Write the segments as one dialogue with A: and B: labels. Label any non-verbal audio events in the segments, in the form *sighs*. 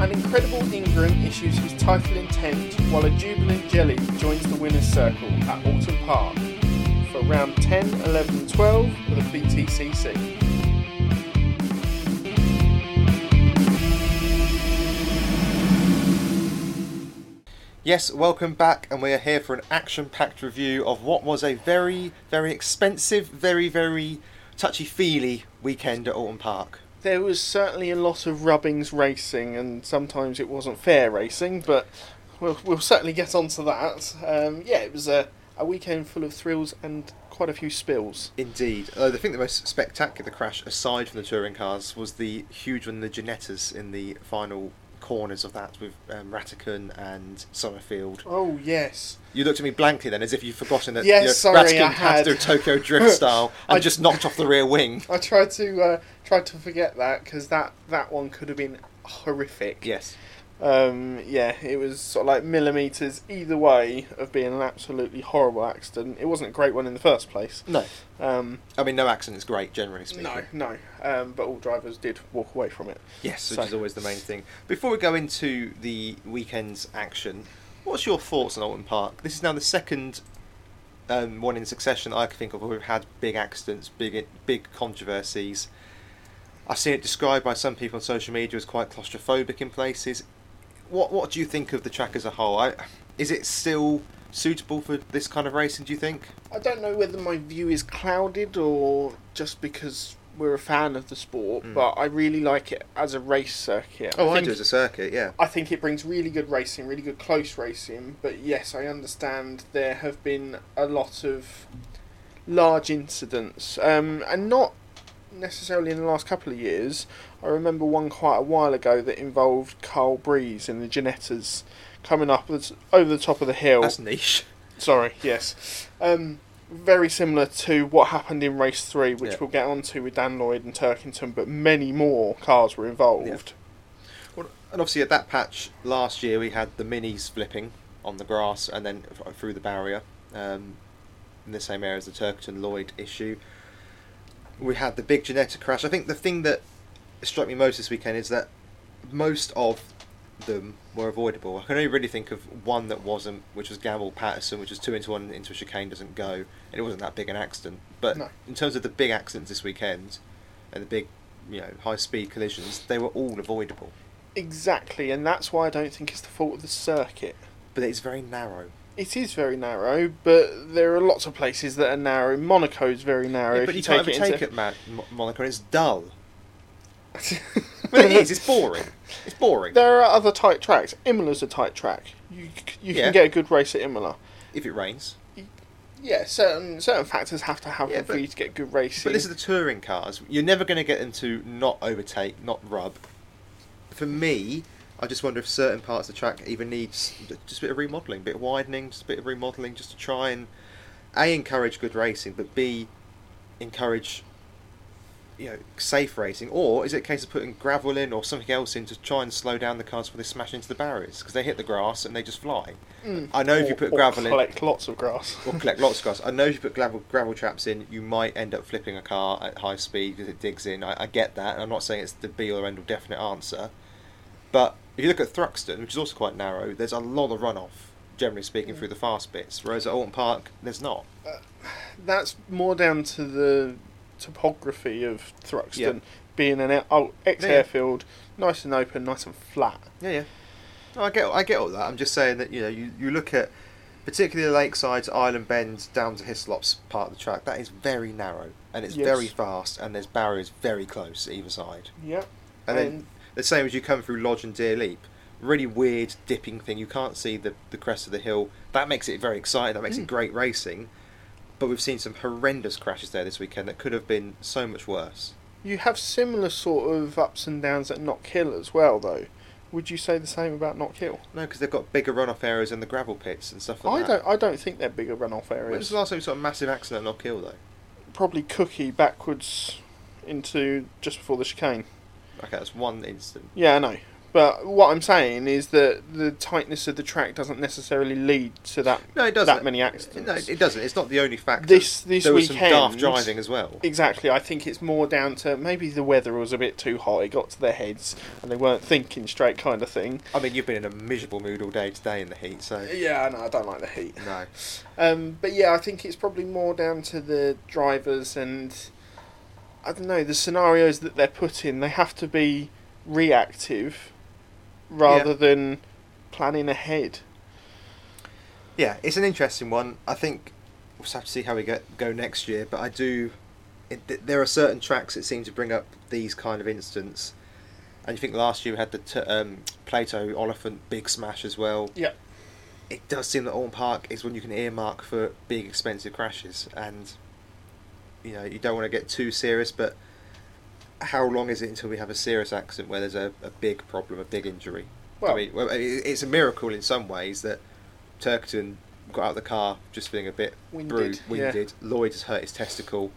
A: An incredible Ingram issues his title intent while a jubilant Jelly joins the winner's circle at Alton Park for round 10, 11, 12 of the BTCC.
B: Yes, welcome back, and we are here for an action packed review of what was a very, very expensive, very, very touchy feely weekend at Alton Park.
A: There was certainly a lot of rubbings racing, and sometimes it wasn't fair racing, but we'll, we'll certainly get onto that. Um, yeah, it was a, a weekend full of thrills and quite a few spills.
B: Indeed. Although I think the most spectacular crash, aside from the touring cars, was the huge one, the Genettas, in the final corners of that with um, Ratican and Summerfield.
A: Oh, yes.
B: You looked at me blankly then, as if you'd forgotten that
A: Yes,
B: you know,
A: sorry, I
B: Ratican
A: had.
B: to do Tokyo Drift
A: *laughs*
B: style and
A: I-
B: just knocked off the
A: *laughs*
B: rear wing.
A: I tried to uh, tried to forget that because that, that one could have been horrific.
B: Yes.
A: Um, yeah, it was sort of like millimeters either way of being an absolutely horrible accident. It wasn't a great one in the first place.
B: No.
A: Um,
B: I mean, no accident is great, generally speaking.
A: no, no. Um, but all drivers did walk away from it.
B: Yes, which
A: So-
B: is always the main thing. Before we go into the weekend's action, what's your thoughts on Alton Park? This is now the second um, one in succession I can think of where we've had big accidents, big big controversies. I've seen it described by some people on social media as quite claustrophobic in places. What what do you think of the track as a whole? I, is it still suitable for this kind of racing? Do you think?
A: I don't know whether my view is clouded or just because we're a fan of the sport,
B: Mm.
A: but I really like it as a race circuit. think-
B: Oh, as a circuit. Yeah.
A: I think it brings really good racing, really good close racing. But yes, I understand there have been a lot of large incidents, um, and not necessarily in the last couple of years. I remember one quite a while ago that involved Carl Breeze and the Genettas coming up as- over the top of the hill.
B: That's niche.
A: Sorry, yes. Um, very similar to what happened in race three, which
B: Yeah.
A: we'll get onto with Dan Lloyd and Turkington, but many more cars were involved.
B: Well, and obviously at that patch last year we had the minis flipping on the grass and then f- uh, through the barrier um, in the same area as the Turkerton Lloyd issue. We had the big Janetta crash. I think the thing that struck me most this weekend is that most of them were avoidable. I can only really think of one that wasn't, which was Gamble Patterson, which was two into one into a chicane doesn't go, and it wasn't that big an accident. But
A: No.
B: in terms of the big accidents this weekend and the big, you know, high speed collisions, they were all avoidable.
A: Exactly, and that's why I don't think it's the fault of the circuit.
B: but it's very narrow.
A: It is very narrow, but there are lots of places that are narrow. Monaco's very narrow.
B: Yeah,
A: if
B: but you,
A: take
B: can't overtake
A: into-
B: it, man, Mo- Monaco. It's
A: *laughs*
B: dull.
A: it.
B: Well, it is. It's boring. It's boring.
A: There are other tight tracks. Imola's a tight track. You c- you
B: Yeah.
A: can get a good race at Imola.
B: If it rains,
A: Yeah, certain certain factors have to happen
B: Yeah,
A: for
B: but-
A: you to get good racing.
B: but this is the touring cars. You're never going to get them to not overtake, not rub. For me, I just wonder if certain parts of the track even needs just a bit of remodelling, bit of widening, just a bit of remodelling, just to try and a encourage good racing, but b encourage you know safe racing. Or is it a case of putting gravel in or something else in to try and slow down the cars before they smash into the barriers because they hit the grass and they just fly.
A: Mm.
B: I know if you
A: Or-
B: put
A: or
B: gravel in-
A: collect lots of grass.
B: or collect lots of cars. I know if you put gravel, gravel traps in, you might end up flipping a car at high speed because it digs in. I, I get that. I'm not saying it's the be all end all definite answer. But if you look at Thruxton, which is also quite narrow, there's a lot of runoff, generally speaking, through the fast bits. Whereas at Alton Park, there's not.
A: That's more down to the topography of Thruxton being an out ex
B: Yeah.
A: airfield, nice and open, nice and flat.
B: Yeah, yeah. No, I get, I get all that. I'm just saying that you know, you, you look at particularly the lakeside's Island Bend down to Hislop's part of the track. That is very narrow and it's
A: Yes.
B: very fast, and there's barriers very close either side.
A: Yeah.
B: And then the same as you come through Lodge and Deer Leap, really weird dipping thing. You can't see the, the crest of the hill. That makes it very exciting. That makes
A: Hmm.
B: it great racing. But we've seen some horrendous crashes there this weekend that could have been so much worse.
A: You have similar sort of ups and downs at Knock Hill as well, though. Would you say the same about Knock Hill?
B: No, because they've got bigger runoff areas in the gravel pits and stuff
A: I
B: like that.
A: don't. I don't think they're bigger runoff
B: When was
A: areas.
B: the last time we saw a massive accident at Knockhill though?
A: Probably Cookie backwards into just before the chicane.
B: Okay, that's one incident.
A: Yeah, I know. But what I'm saying is that the tightness of the track doesn't necessarily lead to that
B: No, it doesn't.
A: that many accidents.
B: No, it doesn't. It's not the only factor.
A: This- this
B: there was some
A: weekend-
B: daft driving as well.
A: Exactly. I think it's more down to maybe the weather was a bit too hot. It got to their heads, and they weren't thinking straight, kind of thing.
B: I mean, you've been in a miserable mood all day today in the heat, so
A: Yeah, no, I don't like the heat.
B: no.
A: Um, but yeah, I think it's probably more down to the drivers and I don't know the scenarios that they're put in. They have to be reactive rather than planning ahead.
B: Yeah, it's an interesting one. I think we'll just have to see how we get go next year. But I do. It, th- there are certain tracks that seem to bring up these kind of incidents. And you think last year we had the t- um, Plato Oliphant big smash as well.
A: Yeah.
B: It does seem that Orm Park is one you can earmark for big expensive crashes, and you know you don't want to get too serious. But how long is it until we have a serious accident where there's a, a big problem, a big injury? Well,
A: Well-
B: I mean, well, it- it's a miracle in some ways that Turkerton got out of the car just feeling a bit
A: Winded,
B: bruised,
A: yeah.
B: winded. Lloyd has hurt his testicle,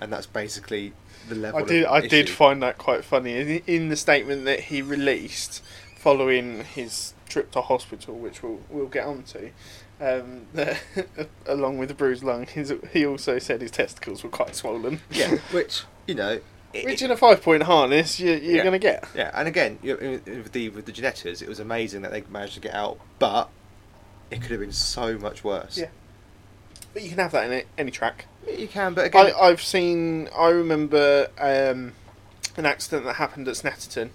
B: and that's basically the level.
A: I did.
B: Of
A: I did
B: issue.
A: find that quite funny in, in the statement that he released following his trip to hospital, which we'll we'll get onto. Um, *laughs* that along with the bruised lung, his, he also said his testicles were quite swollen. *laughs*
B: yeah, which you know, it-
A: Which in a five point harness, you, you're
B: Yeah.
A: going to get.
B: Yeah, and again, you know, with the with the Genettas, it was amazing that they managed to get out, but it could have been so much worse.
A: Yeah. But you can have that in a- any track.
B: you can, but again,
A: I, I've seen. I remember um, an accident that happened at Snetterton.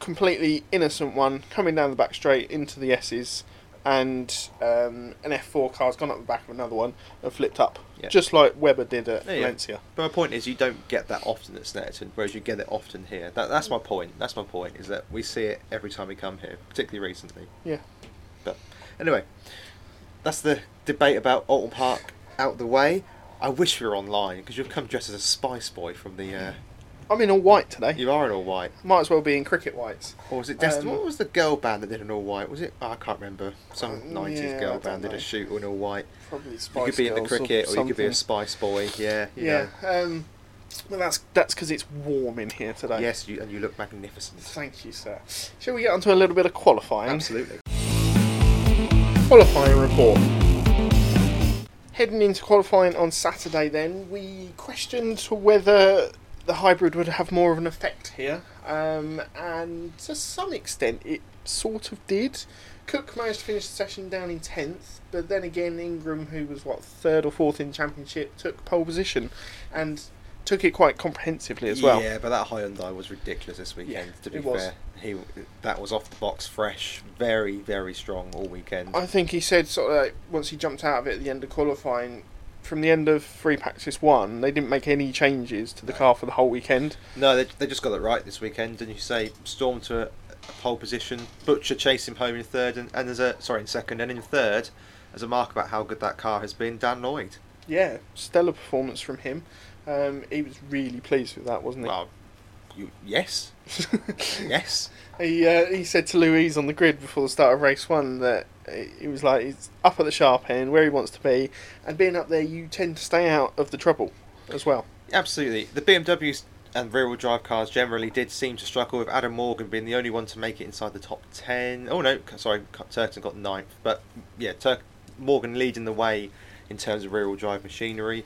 A: Completely innocent one coming down the back straight into the S's, and um, an F4 car's gone up the back of another one and flipped up,
B: Yeah.
A: just like Weber did at
B: Yeah, yeah.
A: Valencia.
B: but my point is, you don't get that often at Snetterton, whereas you get it often here. That, that's my point. That's my point is that we see it every time we come here, particularly recently.
A: Yeah.
B: But anyway, that's the debate about Alton Park out the way. I wish we were online because you've come dressed as a Spice Boy from the. Uh,
A: I'm in all white today.
B: you are in all white.
A: Might as well be in cricket whites.
B: Or was it Dest-
A: Um,
B: What was the girl band that did an all white? Was it? oh, I can't remember. Some
A: Uh,
B: 90s
A: yeah, I
B: girl
A: don't
B: band did
A: know.
B: a shoot in all white.
A: Probably
B: You
A: Spice
B: could be in the
A: Girls or
B: cricket or, you could be a
A: something.
B: Spice Boy. Yeah. you
A: Yeah. Um, well, that's that's because it's warm in here
B: know.
A: today.
B: Yes, you, and you look magnificent.
A: Thank you, sir. Shall we get on to a little bit of qualifying?
B: Absolutely.
A: Qualifying report. Heading into qualifying on Saturday, then, we questioned whether the hybrid would have more of an effect here, um, and to some extent it sort of did. Cook managed to finish the session down in 10th, but then again, Ingram, who was what, third or fourth in championship, took pole position and took it quite comprehensively as well.
B: Yeah, but that Hyundai was ridiculous this weekend.
A: Yeah,
B: to be
A: it was.
B: fair, he that was off the box, fresh, very very strong all weekend.
A: I think he said sort of like once he jumped out of it at the end of qualifying, from the end of free practice one, they didn't make any changes to the
B: No.
A: car for the whole weekend.
B: No, they, they just got it right this weekend. Didn't you say Storm to a, a pole position, Butcher chase him home in third, and, and there's a sorry in second, and in third, as a mark about how good that car has been, Dan Lloyd.
A: Yeah, stellar performance from him. Um, he was really pleased with that, wasn't he?
B: Well, you, yes, yes,
A: *laughs*
B: *laughs*
A: he uh, he said to Louise on the grid before the start of race one that he- he was like he's up at the sharp end where he wants to be, and being up there, you tend to stay out of the trouble as well.
B: absolutely. The BMWs and rear-wheel drive cars generally did seem to struggle with Adam Morgan being the only one to make it inside the top ten. Oh no, c- sorry, c- Turton got ninth, but yeah, Tur- Morgan leading the way in terms of rear-wheel drive machinery,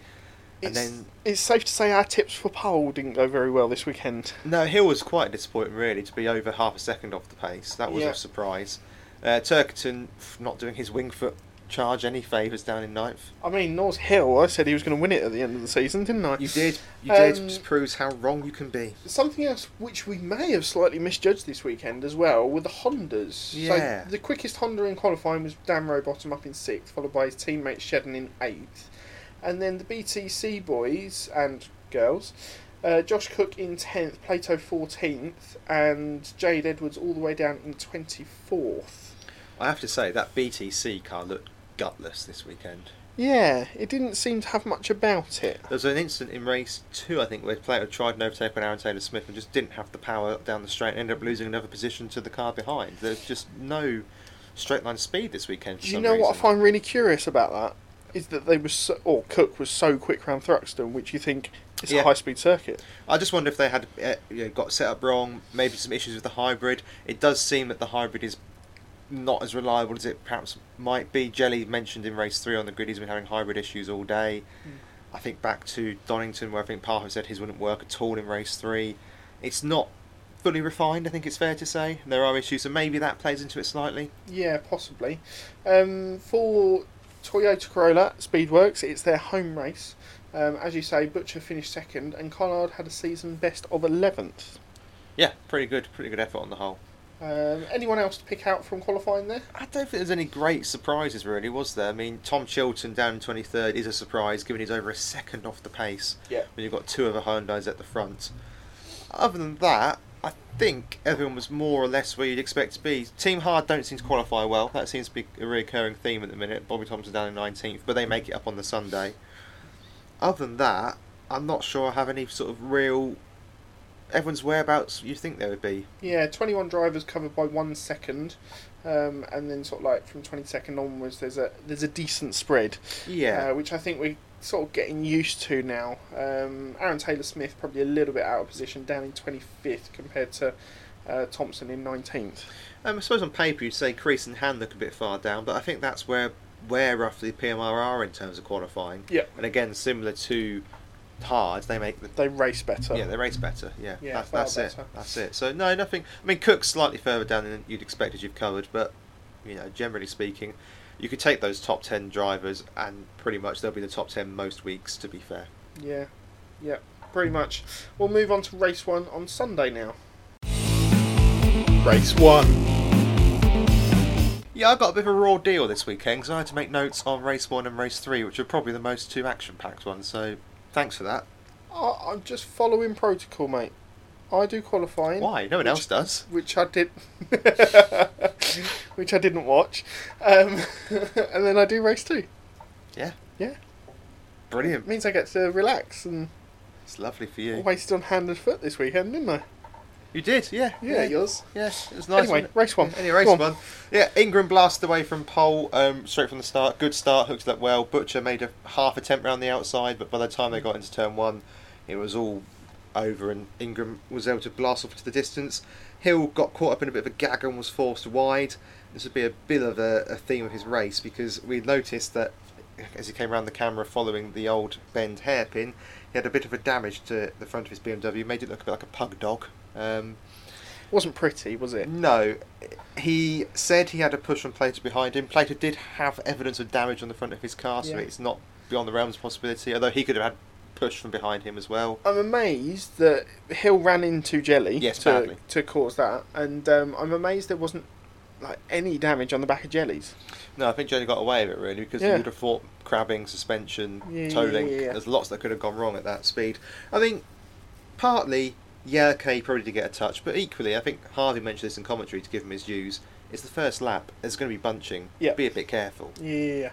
B: and
A: It's,
B: then.
A: it's safe to say our tips for pole didn't go very well this weekend.
B: No, Hill was quite disappointing, really, to be over half a second off the pace. That was
A: Yeah.
B: a surprise. Uh, Turkerton f- not doing his wing foot charge any favours down in ninth.
A: I mean, North Hill, I said he was going to win it at the end of the season, didn't I?
B: You did. You
A: Um,
B: did. Just proves how wrong you can be.
A: Something else which we may have slightly misjudged this weekend as well were the Hondas.
B: Yeah.
A: So the quickest Honda in qualifying was Dan Rowbottom up in sixth, followed by his teammate Shedden in eighth. And then the BTC boys and girls, uh, Josh Cook in 10th, Plato 14th, and Jade Edwards all the way down in 24th.
B: I have to say, that BTC car looked gutless this weekend.
A: Yeah, it didn't seem to have much about it.
B: There was an incident in race two, I think, where Plato tried an overtake on Aaron Taylor Smith and just didn't have the power down the straight and ended up losing another position to the car behind. There's just no straight line speed this weekend. For
A: Do you
B: some
A: know what I
B: reason.
A: find really curious about that? Is that they were so, or Cook was so quick round Thruxton, which you think It's
B: Yeah.
A: a high speed circuit.
B: I just wonder if they had uh, you know, got set up wrong, maybe some issues with the hybrid. It does seem that the hybrid is not as reliable as it perhaps might be. Jelly mentioned in race three on the grid he's been having hybrid issues all day. I think back to Donington where I think Parham said his wouldn't work at all in race three. It's not fully refined. I think it's fair to say there are issues, and maybe that plays into it slightly.
A: Yeah, possibly. Um, for Toyota Corolla Speedworks, it's their home race. Um, as you say, Butcher finished second, and Collard had a season best of 11th.
B: Yeah, pretty good, pretty good effort on the whole.
A: Um, anyone else to pick out from qualifying there?
B: I don't think there's any great surprises, really, was there? I mean, Tom Chilton down in 23rd is a surprise, given he's over a second off the pace
A: Yeah.
B: when you've got two other Hyundais at the front. Other than that, I think everyone was more or less where you'd expect to be. Team Hard don't seem to qualify well. That seems to be a recurring theme at the minute. Bobby Thompson down in 19th, but they make it up on the Sunday. Other than that, I'm not sure I have any sort of real. Everyone's whereabouts you think there would be.
A: Yeah, 21 drivers covered by one second, um, and then sort of like from 22nd onwards, there's a there's a decent spread.
B: Yeah.
A: uh, which I think we're sort of getting used to now. Um, Aaron Taylor Smith probably a little bit out of position, down in 25th compared to uh, Thompson in 19th.
B: Um, I suppose on paper you'd say Crease and Han look a bit far down, but I think that's where where roughly PMR are in terms of qualifying.
A: Yeah.
B: And again, similar to Hard, they make the
A: They race better.
B: yeah they race better. Yeah,
A: Yeah,
B: that,
A: far
B: that's
A: better.
B: it. That's it. So no, nothing. I mean, Cook's slightly further down than you'd expect as you've covered, but you know, generally speaking, you could take those top ten drivers, and pretty much they'll be the top ten most weeks. To be fair.
A: Yeah, yeah, pretty much. We'll move on to race one on Sunday now. Race one.
B: Yeah, I got a bit of a raw deal this weekend because I had to make notes on race one and race three, which are probably the most two action-packed ones. So thanks for that.
A: I, I'm just following protocol, mate. I do qualifying.
B: Why? No one
A: which-
B: else does.
A: Which I did, *laughs* which I didn't watch, um, *laughs* and then I do race two.
B: Yeah.
A: Yeah. It
B: Brilliant.
A: means I get to relax and
B: It's lovely for you.
A: wasted on hand and foot this weekend, didn't I?
B: You did, yeah.
A: Yeah, yours.
B: Yes, it was nice.
A: Anyway,
B: wasn't it?
A: race one.
B: Anyway, race
A: Go on.
B: one. Yeah, Ingram blasted away from pole um, straight from the start. Good start, hooked it up well. Butcher made a half attempt round the outside, but by the time they got into turn one, it was all over, and Ingram was able to blast off to the distance. Hill got caught up in a bit of a gag and was forced wide. This would be a bit of a, a theme of his race because we noticed that as he came round the camera following the old bend hairpin, he had a bit of a damage to the front of his BMW, made it look a bit like a pug dog. Um,
A: Wasn't pretty, was it?
B: no, he said he had a push on Plater behind him. Plater did have evidence of damage on the front of his car, so
A: Yeah.
B: it's not beyond the realms of possibility. Although he could have had push from behind him as well.
A: I'm amazed that Hill ran into Jelly
B: Yes,
A: to,
B: badly.
A: to cause that, and um, I'm amazed there wasn't like any damage on the back of Jelly's.
B: No, I think Jenny got away with it really because
A: Yeah.
B: you would have thought crabbing, suspension,
A: Yeah,
B: toe
A: yeah,
B: link.
A: yeah, yeah.
B: There's lots that could have gone wrong at that speed. I think partly, yeah, okay, he probably did get a touch, but equally, I think Harvey mentioned this in commentary to give him his dues. It's the first lap. There's going to be bunching.
A: Yeah.
B: Be a bit careful.
A: Yeah,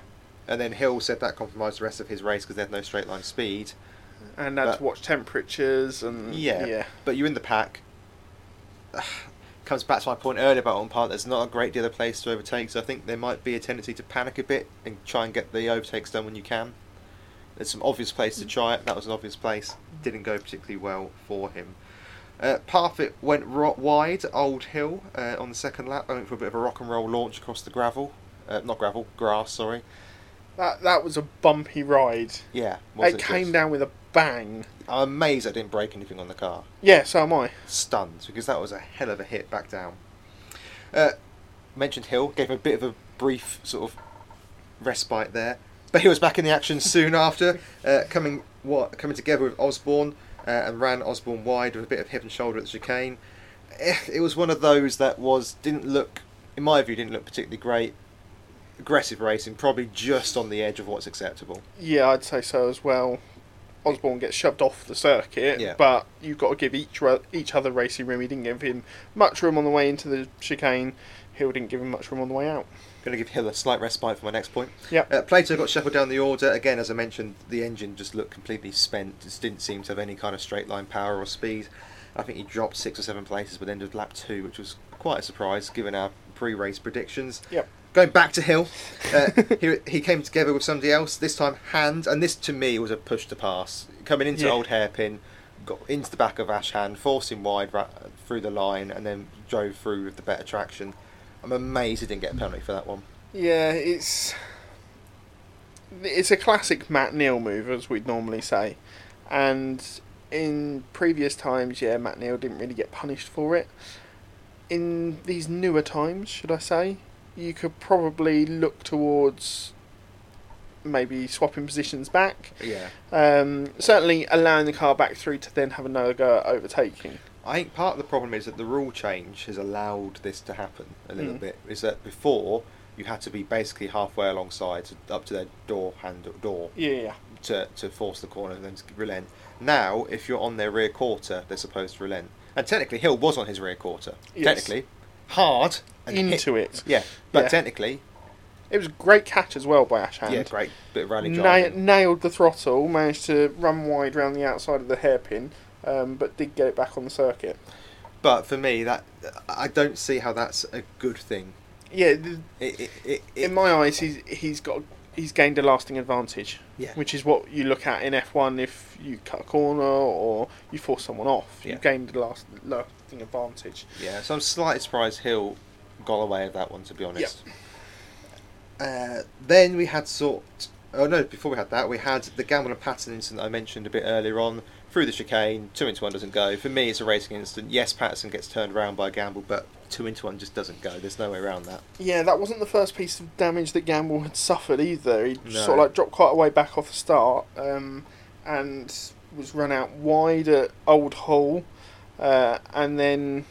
B: And then Hill said that compromised the rest of his race because they had no straight line speed.
A: and had
B: But-
A: to watch temperatures and
B: Yeah.
A: yeah,
B: But you're in the pack. *sighs* Comes back to my point earlier about on part. There's not a great deal of place to overtake, so I think there might be a tendency to panic a bit and try and get the overtakes done when you can. There's some obvious place to try it. That was an obvious place. Didn't go particularly well for him. Uh, Parfit went ro- wide, Old Hill, uh, on the second lap. I went for a bit of a rock and roll launch across the gravel. Uh, not gravel, grass, sorry.
A: That that was a bumpy ride.
B: Yeah.
A: it
B: wasn't
A: came
B: good.
A: down with a bang.
B: I'm amazed I didn't break anything on the car.
A: Yeah, so am I.
B: stunned because that was a hell of a hit back down. Uh, mentioned Hill, gave him a bit of a brief sort of respite there, but he was back in the action soon after, uh, coming what coming together with Osborne uh, and ran Osborne wide with a bit of hip and shoulder at the chicane. Eh, It was one of those that was didn't look, in my view, didn't look particularly great. Aggressive racing, probably just on the edge of what's acceptable.
A: Yeah, I'd say so as well. Osborne gets shoved off the circuit,
B: Yeah.
A: but you've got to give each ro- each other racing room. He didn't give him much room on the way into the chicane. Hill didn't give him much room on the way out.
B: Going to give Hill a slight respite for my next point.
A: Yep.
B: Uh, Plato got shuffled down the order. Again, as I mentioned, the engine just looked completely spent. Just didn't seem to have any kind of straight line power or speed. I think he dropped six or seven places by the end of lap two, which was quite a surprise given our pre race predictions.
A: Yep.
B: Going back to Hill,
A: *laughs*
B: uh, he, he came together with somebody else, this time Hand, and this to me was a push to pass. Coming into
A: Yeah.
B: Old Hairpin, got into the back of Ash Hand, forced him wide ra- through the line, and then drove through with the better traction. I'm amazed he didn't get a penalty for that one.
A: Yeah, it's it's a classic Matt Neal move, as we'd normally say, and in previous times, yeah, Matt Neal didn't really get punished for it. In these newer times, should I say, you could probably look towards maybe swapping positions back.
B: Yeah.
A: Um, certainly allowing the car back through to then have another go at overtaking.
B: I think part of the problem is that the rule change has allowed this to happen a little
A: Mm.
B: bit. Is that before you had to be basically halfway alongside, to, up to their door handle door
A: Yeah, yeah.
B: to, to force the corner and then to relent. Now, if you're on their rear quarter, they're supposed to relent. And technically, Hill was on his rear quarter.
A: Yes.
B: Technically, hard and hit-
A: into it.
B: Yeah, but
A: Yeah.
B: technically,
A: It was a great catch as well by Ash Hand.
B: yeah, great bit of rally
A: Na-
B: driving.
A: nailed the throttle, managed to run wide round the outside of the hairpin, um, but did get it back on the circuit.
B: But for me, that I don't see how that's a good thing.
A: Yeah, th-
B: It, it, it,
A: in my eyes, he's he's got he's gained a lasting advantage,
B: yeah.
A: which is what you look at in F one. If you cut a corner or you force someone off,
B: Yeah.
A: you've gained a last, lasting advantage.
B: Yeah, so I'm slightly surprised Hill got away with that one, to be honest. Uh, then we had sort. Oh no! Before we had that, we had the Gamble and Patton incident I mentioned a bit earlier on. Through the chicane, two into one doesn't go. For me, it's a racing incident. Yes, Patterson gets turned around by Gamble, but two into one just doesn't go. There's no way around that.
A: Yeah, that wasn't the first piece of damage that Gamble had suffered either. He
B: No.
A: sort of like dropped quite a way back off the start um, and was run out wide at Old Hall uh, and then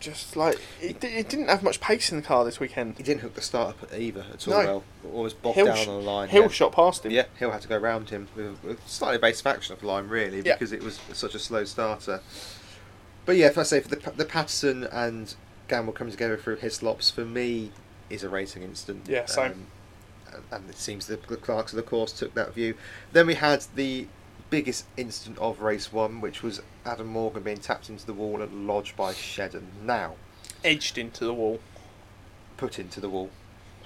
A: just like it, di- it didn't have much pace in the car this
B: He
A: weekend.
B: didn't hook the start up either at all.
A: No.
B: Well, almost bogged
A: Hill
B: down
A: sh-
B: on the line.
A: Hill
B: yeah.
A: shot past him.
B: Yeah, Hill had to go round him with with slightly evasive action of the line, really,
A: Yeah.
B: because it was such a slow starter. But yeah, if I say for the, Pa- the Patterson and Gamble coming together through Hislops, for me, is a racing incident.
A: Yeah, same.
B: Um, and it seems the, the clerks of the course took that view. Then we had the biggest incident of race one, which was Adam Morgan being tapped into the wall and lodged by Shedden. Now,
A: Edged into the wall.
B: put into the wall.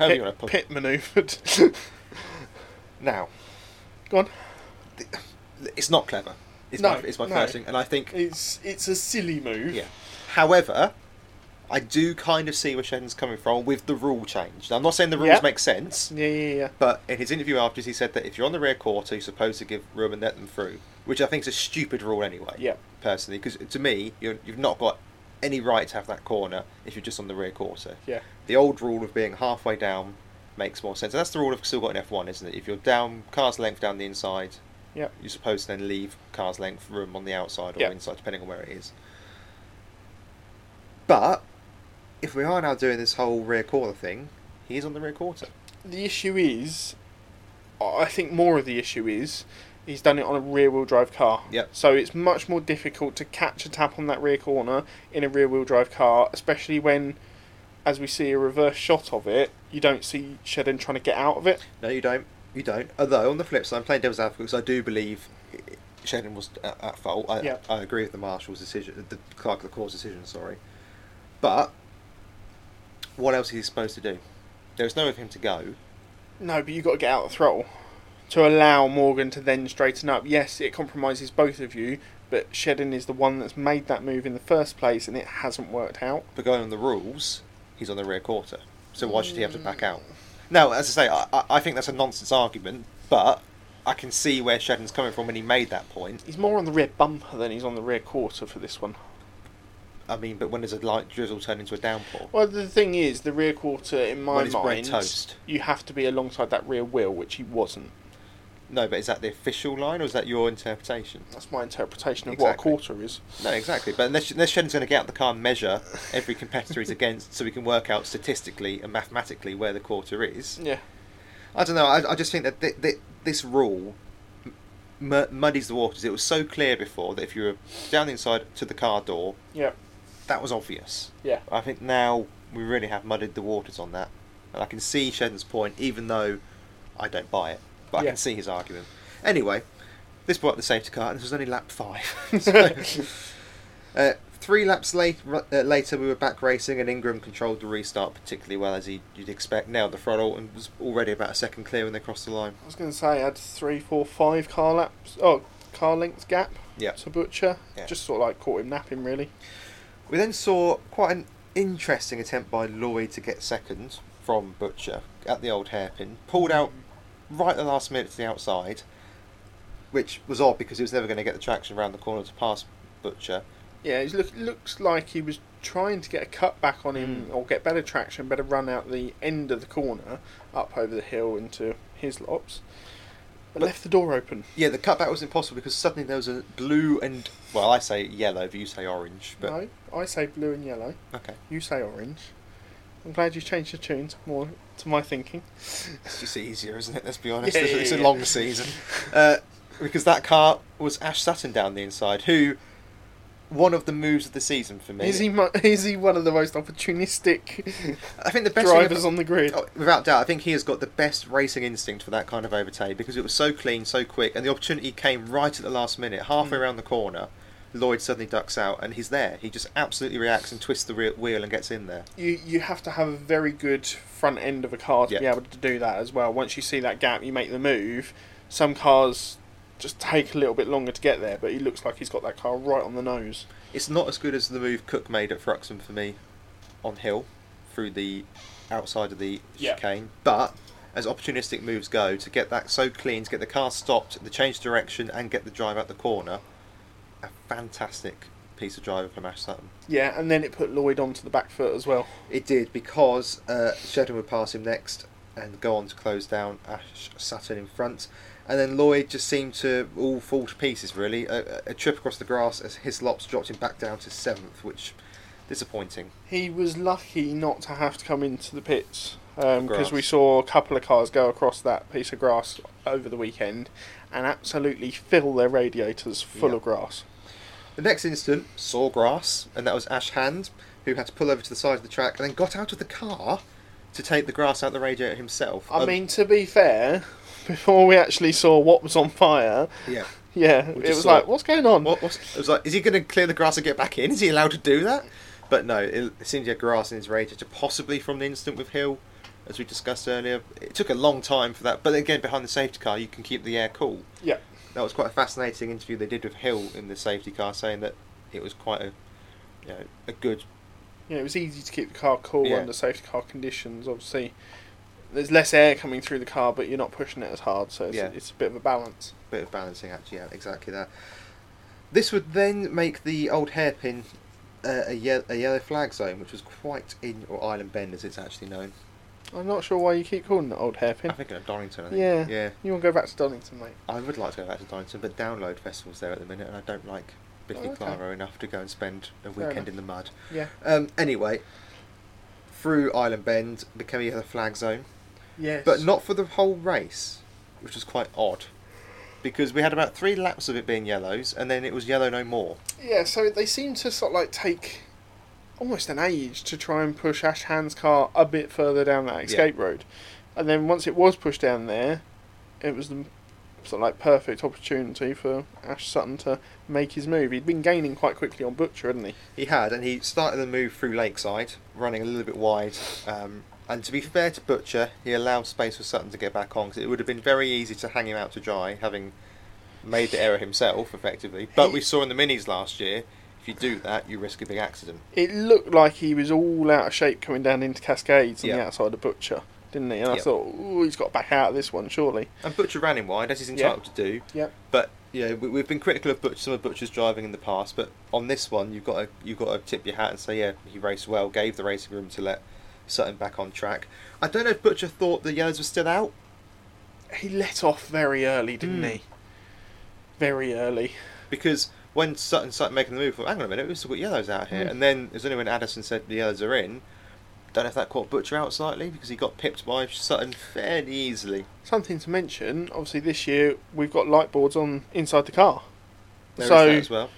B: How do you want to put
A: pit manoeuvred. *laughs*
B: Now,
A: Go on.
B: it's not clever. It's
A: No,
B: my, it's my
A: no.
B: first thing, and I think
A: It's it's a silly move.
B: Yeah. However, I do kind of see where Shannon's coming from with the rule change. Now, I'm not saying the rules
A: Yeah.
B: make sense,
A: Yeah, yeah, yeah.
B: but in his interview afterwards, he said that if you're on the rear quarter, you're supposed to give room and let them through, which I think is a stupid rule anyway.
A: Yeah.
B: Personally, because to me, you're, you've not got any right to have that corner if you're just on the rear quarter.
A: Yeah.
B: The old rule of being halfway down makes more sense. And that's the rule I've still got in F1, isn't it? If you're down car's length down the inside,
A: Yep.
B: you're supposed to then leave car's length room on the outside or
A: Yep.
B: inside, depending on where it is. But if we are now doing this whole rear quarter thing, he is on the rear quarter.
A: the issue is, I think more of the issue is, he's done it on a rear wheel drive car.
B: Yep.
A: So it's much more difficult to catch a tap on that rear corner in a rear wheel drive car, especially when, as we see a reverse shot of it, you don't see Shedden trying to get out of it.
B: No, you don't. You don't. Although on the flip side, I'm playing devil's advocate because I do believe Shedden was at, at fault. I,
A: Yeah.
B: I agree with the marshal's decision, the clerk of the court's decision. Sorry, but what else is he supposed to do? There's nowhere for him to go.
A: No, but you've got to get out of the throttle to allow Morgan to then straighten up. Yes, it compromises both of you, but Shedden is the one that's made that move in the first place, and it hasn't worked out.
B: But going on the rules, he's on the rear quarter. So why should he have to back out? Now, as I say, I, I- I think that's a nonsense argument, but I can see where Shedden's coming from when he made that point.
A: He's more on the rear bumper than he's on the rear quarter for this one.
B: I mean, but when does a light drizzle turn into a downpour?
A: Well, the thing is, the rear quarter, in my
B: When it's bread
A: mind,
B: toast.
A: you have to be alongside that rear wheel, which he wasn't.
B: No, but is that the official line or is that your interpretation?
A: That's my interpretation of what a
B: Exactly.
A: quarter is.
B: No, exactly. But unless, unless Shannon's going to get out the car and measure every competitor he's against so we can work out statistically and mathematically where the quarter is.
A: Yeah,
B: I don't know. I, I just think that th- th- this rule m- muddies the waters. It was so clear before that if you were down the inside to the car door,
A: yeah,
B: that was obvious. *laughs*
A: yeah.
B: I think now we really have mudded the waters on that. And I can see Shedden's point, even though I don't buy it. But I
A: Yeah.
B: can see his argument. *laughs*
A: *laughs*
B: Anyway, this brought up the safety car, and this was only lap five. So, uh, three laps late, r- uh, later, we were back racing, and Ingram controlled the restart particularly well, as he, you'd expect. Now the throttle and was already about a second clear when they crossed the line.
A: I was going to say I had three, four, five car laps. Oh, car length gap
B: Yeah.
A: to Butcher.
B: Yeah.
A: Just sort of like caught him napping, really.
B: We then saw quite an interesting attempt by Lloyd to get second from Butcher at the old hairpin. Pulled out right at the last minute to the outside, which was odd because he was never going to get the traction around the corner to pass Butcher.
A: Yeah, he look, looks like he was trying to get a cut back on him
B: Mm.
A: or get better traction, better run out the end of the corner up over the hill into his lops. But,
B: But-
A: left the door open.
B: Yeah, the cutback was impossible because suddenly there was a blue and well, I say yellow, but you say orange. But
A: no, I say blue and yellow.
B: okay,
A: You say orange. I'm glad you changed the tunes more to my thinking.
B: it's just easier, isn't it? Let's be
A: *laughs*
B: honest.
A: Yeah,
B: it's,
A: yeah,
B: it's a
A: yeah.
B: long season. Uh, because that car was Ash Sutton down the inside, who one of the moves of the season for
A: *laughs*
B: me.
A: Is he mo- is he one of the most opportunistic
B: *laughs* I think the best thing
A: drivers on the grid?
B: Oh, without doubt, I think he has got the best racing instinct for that kind of overtake because it was so clean, so quick, and the opportunity came right at the last minute, halfway
A: Mm.
B: around the corner. Lloyd suddenly ducks out, and he's there. He just absolutely reacts and twists the re- wheel and gets in there.
A: You you have to have a very good front end of a car to be
B: Yeah.
A: able to do that as well. Once you see that gap, you make the move. Some cars just take a little bit longer to get there, but he looks like he's got that car right on the nose.
B: It's not as good as the move Cook made at Fruxham for me on Hill through the outside of the
A: Yeah.
B: chicane, but as opportunistic moves go, to get that so clean, to get the car stopped, to change direction, and get the drive out the corner, a fantastic piece of driving from Ash Sutton.
A: Yeah, and then it put Lloyd onto the back foot as well.
B: It did because uh, Shedden would pass him next and go on to close down Ash Sutton in front. And then Lloyd just seemed to all fall to pieces, really. A, a trip across the grass as his lops dropped him back down to seventh, which disappointing.
A: He was lucky not to have to come into the pits because
B: Grass.
A: we saw a couple of cars go across that piece of grass over the weekend and absolutely fill their radiators full
B: Yeah.
A: of grass.
B: The next instant saw grass, and that was Ash Hand, who had to pull over to the side of the track and then got out of the car to take the grass out of the radiator himself.
A: I
B: Um,
A: mean, to be fair, *laughs* before we actually saw what was on fire,
B: yeah.
A: yeah,
B: We
A: it
B: just
A: was
B: saw-
A: like, what's going on?
B: What, what's, it was like, is he going to clear the grass and get back in? Is he allowed to do that? But no, it, it seems he had grass in his radiator, possibly from the incident with Hill, as we discussed earlier. It took a long time for that, but again, behind the safety car, you can keep the air cool.
A: Yeah.
B: That was quite a fascinating interview they did with Hill in the safety car, saying that it was quite a, you know, a good.
A: Yeah, it was easy to keep the car cool
B: Yeah.
A: under safety car conditions. Obviously, there's less air coming through the car, but you're not pushing it as hard, so it's,
B: Yeah.
A: it's a bit of a balance.
B: bit of balancing actually yeah exactly that this would then make the old hairpin uh, a, ye- a yellow flag zone which was quite in or island bend as it's actually known
A: I'm not sure why you keep calling it old
B: i
A: hairpin.
B: think at donington I think.
A: Yeah.
B: yeah
A: You want to go back to Donington, mate?
B: i would like to go back to donington but download festivals there at the minute and i don't like biffy
A: Oh, okay.
B: clyro enough to go and spend a
A: Fair enough.
B: weekend in the mud
A: Yeah.
B: um, anyway through island bend became a yellow flag zone
A: Yes.
B: but not for the whole race, which was quite odd, because we had about three laps of it being yellows, and then it was yellow no more.
A: Yeah, so they seem to sort of like take almost an age to try and push Ash Hand's car a bit further down that escape road. And then once it was pushed down there, it was the sort of like perfect opportunity for Ash Sutton to make his move. He'd been gaining quite quickly on Butcher, hadn't he?
B: He had, and he started the move through Lakeside, running a little bit wide. Um, and to be fair to Butcher, he allowed space for Sutton to get back on, because it would have been very easy to hang him out to dry, having made the error himself, effectively. But we saw in the minis last year, if you do that, you risk a big accident.
A: It looked like he was all out of shape coming down into Cascades on
B: Yeah.
A: the outside of Butcher, didn't he? And
B: Yeah.
A: I thought, ooh, he's got to back out of this one, surely.
B: And Butcher ran him wide, as he's
A: Yeah.
B: entitled to do.
A: Yep.
B: But you know, we, we've been critical of Butcher, some of Butcher's driving in the past, but on this one, you've got to you've got to tip your hat and say, yeah, he raced well, gave the racing room to let Sutton back on track. I don't know if Butcher thought the yellows were still out.
A: He let off very early, didn't
B: Hmm.
A: he? Very early.
B: because when Sutton started making the move, I thought, hang on a minute, we've still got yellows out here.
A: Mm.
B: And then it was only when Addison said the yellows are in. Don't know if that caught Butcher out slightly because he got pipped by Sutton fairly easily.
A: Something to mention, obviously this year we've got light boards on inside the car.
B: There is
A: So-
B: that as well.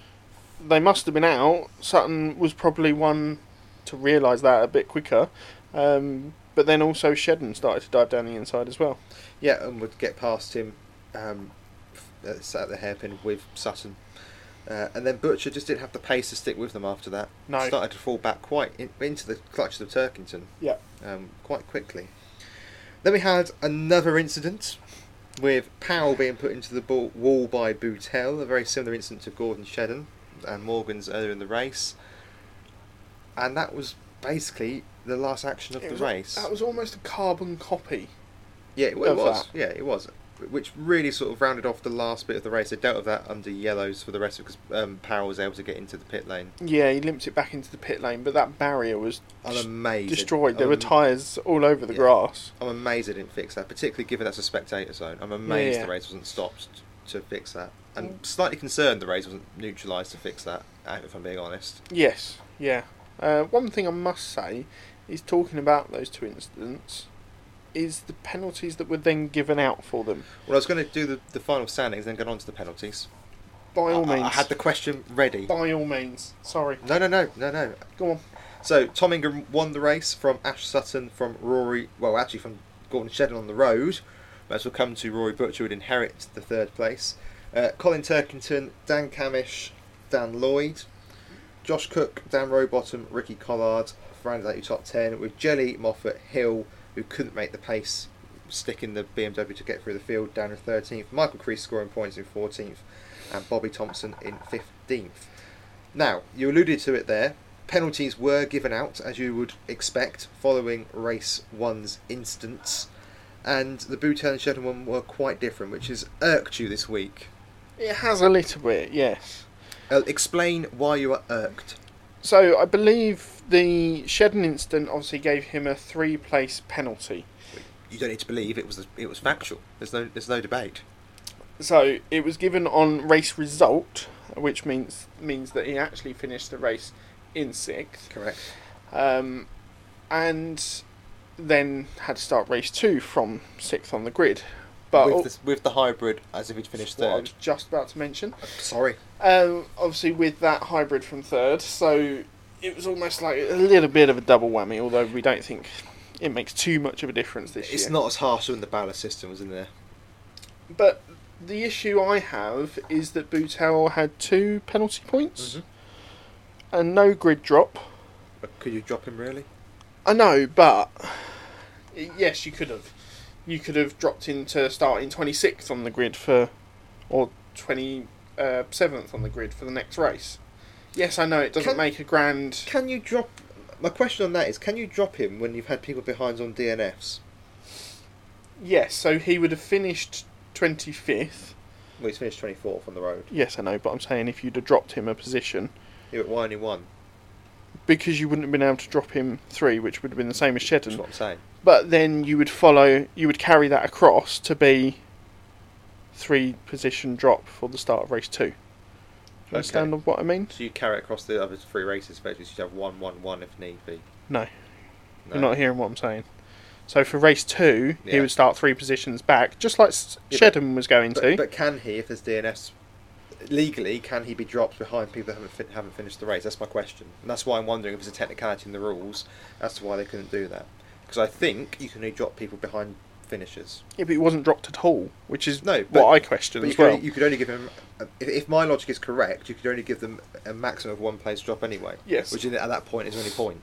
A: They must have been out. Sutton was probably one to realise that a bit quicker. Um, but then also Shedden started to dive down the inside as well.
B: Yeah, and would get past him um, f- uh, sat at the hairpin with Sutton. Uh, and then Butcher just didn't have the pace to stick with them after that.
A: No.
B: Started to fall back quite in, into the clutches of Turkington
A: Yeah.
B: um, quite quickly. Then we had another incident with Powell being put into the ball, wall by Boutel, a very similar incident to Gordon Shedden and Morgan's earlier in the race. And that was basically the last action of
A: It
B: the
A: was-
B: race.
A: That was almost a carbon copy.
B: Yeah, it, it
A: Of
B: was.
A: that.
B: Yeah, it was. Which really sort of rounded off the last bit of the race. They dealt with that under yellows for the rest of because um, Powell was able to get into the pit lane.
A: Yeah, he limped it back into the pit lane, but that barrier was
B: I'm
A: just
B: amazed.
A: destroyed. There
B: I'm
A: were
B: am-
A: tyres all over the
B: Um, Yeah.
A: grass.
B: I'm amazed they didn't fix that, particularly given that's a spectator zone. I'm amazed
A: Yeah.
B: the race wasn't stopped to fix that. And slightly concerned the race wasn't neutralised to fix that, uh, if I'm being honest.
A: Yes, yeah. Uh, one thing I must say is talking about those two incidents is the penalties that were then given out for them.
B: Well, I was going to do the, the final standings and then get on to the penalties.
A: By all
B: I, I-
A: means.
B: I had the question ready.
A: By all means. Sorry.
B: No, no, no, no, no.
A: Go on.
B: So Tom Ingram won the race from Ash Sutton, from Rory. Well, actually from Gordon Shedden on the road. As we'll come to, Rory Butcher would inherit the third place. Uh, Colin Turkington, Dan Camish, Dan Lloyd, Josh Cook, Dan Rowbottom, Ricky Collard rounded out your top ten with Jelly Moffat Hill, who couldn't make the pace, sticking the BMW to get through the field down in thirteenth. Michael Creese scoring points in fourteenth, and Bobby Thompson in fifteenth. Now, you alluded to it there. Penalties were given out, as you would expect, following race one's instance. And the Boutel and Shedden one were quite different, which has irked you this week.
A: It has a little bit, yes.
B: Uh, explain why you are irked.
A: So I believe the Shedden incident obviously gave him a three place penalty.
B: You don't need to believe it was it was factual. There's no there's no debate.
A: So it was given on race result, which means means that he actually finished the race in sixth.
B: Correct.
A: um, and then had to start race two from sixth on the grid. But oh.
B: with,
A: al-
B: this, with the hybrid, as if he'd finished
A: what I
B: third.
A: was just about to mention,
B: Sorry.
A: um, obviously with that hybrid from third, so it was almost like a little bit of a double whammy. Although we don't think it makes too much of a difference this year.
B: It's not as harsh when the ballast system was in there.
A: But the issue I have is that Boutel had two penalty points
B: Mm-hmm.
A: and no grid drop.
B: But Uh, could you drop him really?
A: I know, but yes, you could have. You could have dropped into starting twenty sixth on the grid for, or twenty uh, seventh on the grid for the next race. Yes, I know it doesn't
B: Can-
A: make a grand.
B: Can you drop? My question on that is, can you drop him when you've had people behind on DNFs?
A: Yes, so he would have finished twenty fifth.
B: Well, he's finished 24th on the road.
A: Yes, I know, but I'm saying if you'd have dropped him a position
B: Yeah, but why only one?
A: because you wouldn't have been able to drop him three, which would have been the same as
B: That's
A: Shedden.
B: what I'm saying.
A: But then you would follow, you would carry that across to be three position drop for the start of race two. Do you understand what I mean?
B: So you carry it across the other three races, basically. So you have one, one, one if need be.
A: No,
B: No.
A: you're not hearing what I'm saying. So for race two, he
B: Yeah.
A: would start three positions back, just like S
B: Yeah, but-
A: Shedden was going to.
B: But, but can he, if there's DNFs, legally, can he be dropped behind people that haven't fin- haven't finished the race? That's my question, and that's why I'm wondering if there's a technicality in the rules as to why they couldn't do that. Because I think you can only drop people behind finishers.
A: yeah, but he wasn't dropped at all, which is
B: No, but-
A: what I question
B: But you,
A: as
B: could
A: well.
B: only, you could only give him, if, if my logic is correct, you could only give them a maximum of one place drop anyway.
A: Yes.
B: Which is, at that point is the only point.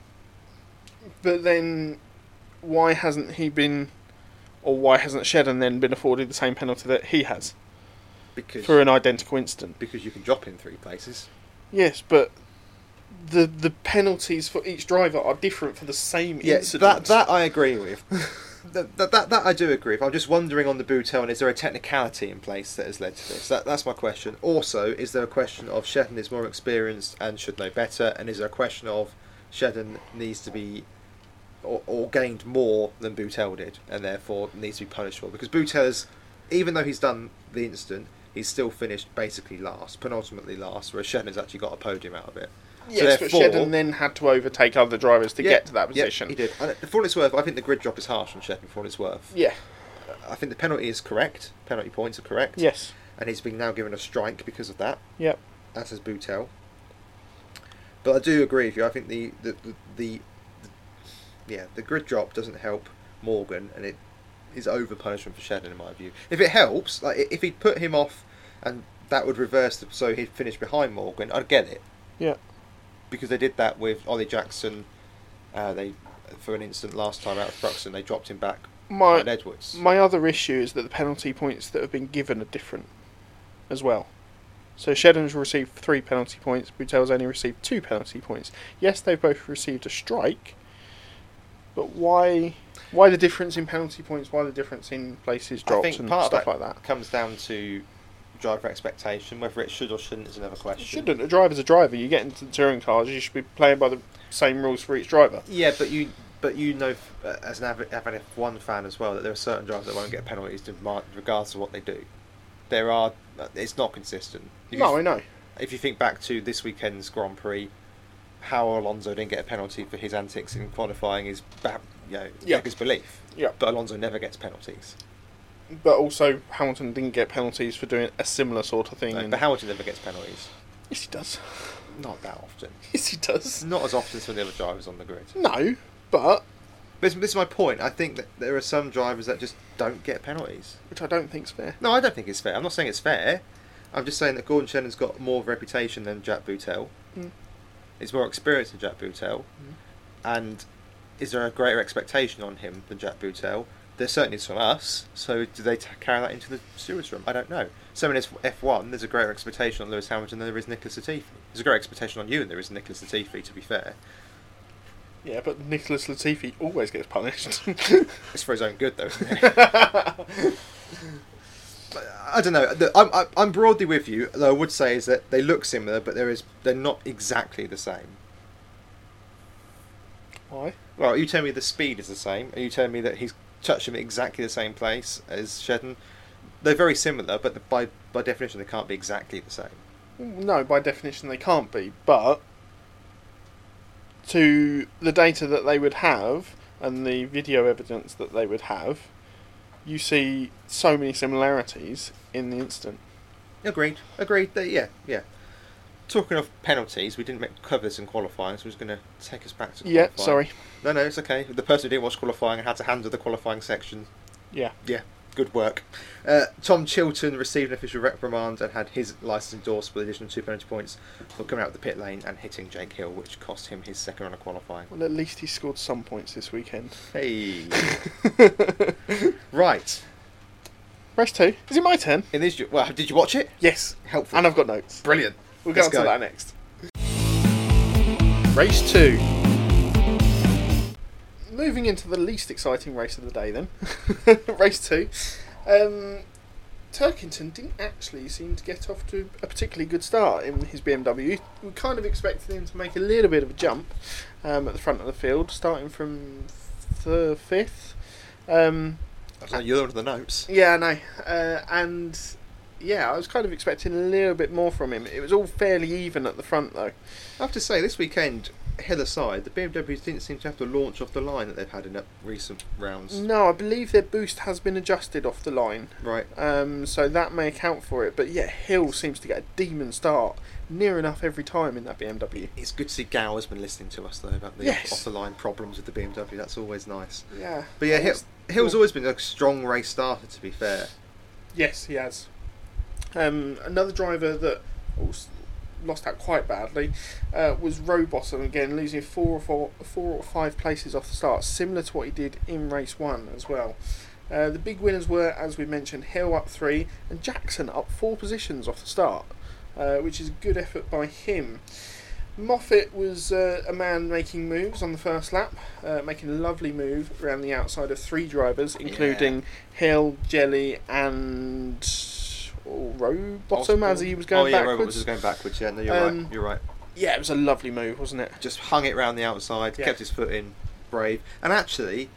A: But then, why hasn't he been, or why hasn't Shedden then been afforded the same penalty that he has
B: Because
A: for an identical incident?
B: because you can drop in three places.
A: Yes, but the the penalties for each driver are different for the same
B: Yes, that
A: incident.
B: that I agree with. *laughs* that, that, that, that I do agree with. I'm just wondering on the Boutel, and is there a technicality in place that has led to this? That, that's my question. Also, is there a question of Shedden is more experienced and should know better? And is there a question of Shedden needs to be or, or gained more than Boutel did, and therefore needs to be punished for? Because Boutel is, even though he's done the incident, he's still finished basically last, penultimately last, whereas Shedden's actually got a podium out of it.
A: yes,
B: therefore-
A: but Shedden then had to overtake other drivers to
B: Yeah,
A: get to that
B: yeah,
A: position.
B: he did. And for all it's worth, I think the grid drop is harsh on Shedden. For all it's worth,
A: Yeah.
B: I think the penalty is correct. Penalty points are correct.
A: Yes.
B: And he's been now given a strike because of that,
A: Yep.
B: as has Boutel. But I do agree with you. I think the the, the, the, the yeah the grid drop doesn't help Morgan, and it is over punishment for Shedden in my view. If it helps, like i- if he'd put him off and that would reverse the, so he'd finish behind Morgan. I'd get it.
A: Yeah.
B: Because they did that with Ollie Jackson. Uh, they for an instant last time out of Bruxton, they dropped him back
A: My
B: at Edwards.
A: My other issue is that the penalty points that have been given are different as well. So Shedden's received three penalty points, Boutel's only received two penalty points. Yes, they've both received a strike, but why why the difference in penalty points, why the difference in places
B: I
A: dropped
B: think
A: and
B: part of
A: stuff
B: that
A: like that?
B: comes down to driver expectation. Whether it should or shouldn't is another question.
A: Shouldn't a driver's a driver, you get into the touring cars, you should be playing by the same rules for each driver.
B: Yeah, but you but you know f- uh, as an avid, avid F1 fan as well that there are certain drivers that won't get penalties to mar- regardless of what they do. There are uh, it's not consistent. If
A: No,
B: you,
A: I know.
B: if you think back to this weekend's Grand Prix, how Alonso didn't get a penalty for his antics in qualifying is ba- you know,
A: Yeah.
B: beggars belief.
A: Yeah.
B: But Alonso never gets penalties.
A: But also Hamilton didn't get penalties for doing a similar sort of thing.
B: Like,
A: and-
B: but Hamilton never gets penalties.
A: yes, he does. *laughs*
B: Not that often.
A: Yes, he does.
B: Not as often as some of the other drivers on the grid.
A: No, but
B: This, this is my point. I think that there are some drivers that just don't get penalties.
A: which I don't think's fair.
B: No, I don't think it's fair. I'm not saying it's fair. I'm just saying that Gordon Shannon's got more of a reputation than Jack Boutel.
A: Mm.
B: He's more experienced than Jack Boutel. And is there a greater expectation on him than Jack Boutel? There certainly is from us. So do they t- carry that into the stewards' room? I don't know. So in this F1, there's a greater expectation on Lewis Hamilton than there is Nicholas Latifi. There's a greater expectation on you than there is Nicholas Latifi, to be fair.
A: Yeah, but Nicholas Latifi always gets punished.
B: It's for his own good, though, isn't it? But I don't know. The- I'm, I'm- I'm broadly with you. Though I would say is that they look similar, but there is they're not exactly the same.
A: *laughs* Why?
B: Well, you tell me the speed is the same. and You tell me that he's touched him at exactly the same place as Shedden. They're very similar, but the, by by definition, they can't be exactly the same.
A: No, by definition they can't be. But to the data that they would have and the video evidence that they would have, you see so many similarities in the instant.
B: Agreed. Agreed. They, yeah, yeah. Talking of penalties, we didn't make, cover this in qualifying, so we're just going to take us back to
A: Yeah,
B: qualifying.
A: sorry.
B: No, no, it's okay. The person who didn't watch qualifying and had to handle the qualifying section
A: Yeah.
B: Yeah, good work. Uh, Tom Chilton received an official reprimand and had his license endorsed with additional two penalty points for coming out of the pit lane and hitting Jake Hill, which cost him his second run of qualifying.
A: Well, at least he scored some points this weekend.
B: Hey, right.
A: Race two. Is it my turn?
B: In this, well, did you watch it?
A: Yes.
B: Helpful.
A: And I've got notes.
B: Brilliant.
A: We'll go
B: Let's
A: on to that next. Race two. Moving into the least exciting race of the day, then. *laughs* race two. Um, Turkington didn't actually seem to get off to a particularly good start in his BMW. We kind of expected him to make a little bit of a jump um, at the front of the field, starting from the fifth. Um,
B: So you're on the notes.
A: yeah, I know. Uh, and yeah, I was kind of expecting a little bit more from him. It was all fairly even at the front, though.
B: I have to say, this weekend, hill aside, the BMWs didn't seem to have to launch off the line that they've had in uh, recent rounds.
A: No, I believe their boost has been adjusted off the line,
B: Right.
A: um, so that may account for it. But yeah, Hill seems to get a demon start near enough every time in that BMW.
B: It's good to see Gow has been listening to us though about the
A: Yes.
B: off the line problems with the BMW. That's always nice.
A: Yeah.
B: But yeah, Hill,
A: Always-
B: Hill's always been a strong race starter. To be fair,
A: Yes, he has. Um, another driver that also lost out quite badly uh, was Robottom again, losing four or four, four or five places off the start, similar to what he did in race one as well. Uh, the big winners were, as we mentioned, Hill up three and Jackson up four positions off the start, uh, which is a good effort by him. Moffat was uh, a man making moves on the first lap, uh, making a lovely move around the outside of three drivers, including Hill, Jelly, and oh, Robottom as he was going
B: oh yeah,
A: backwards.
B: Robert was just going backwards. Yeah, no, you're
A: Um,
B: right. You're right.
A: Yeah, it was a lovely move, wasn't it?
B: Just hung it round the outside,
A: Yeah.
B: kept his foot in, brave. And actually,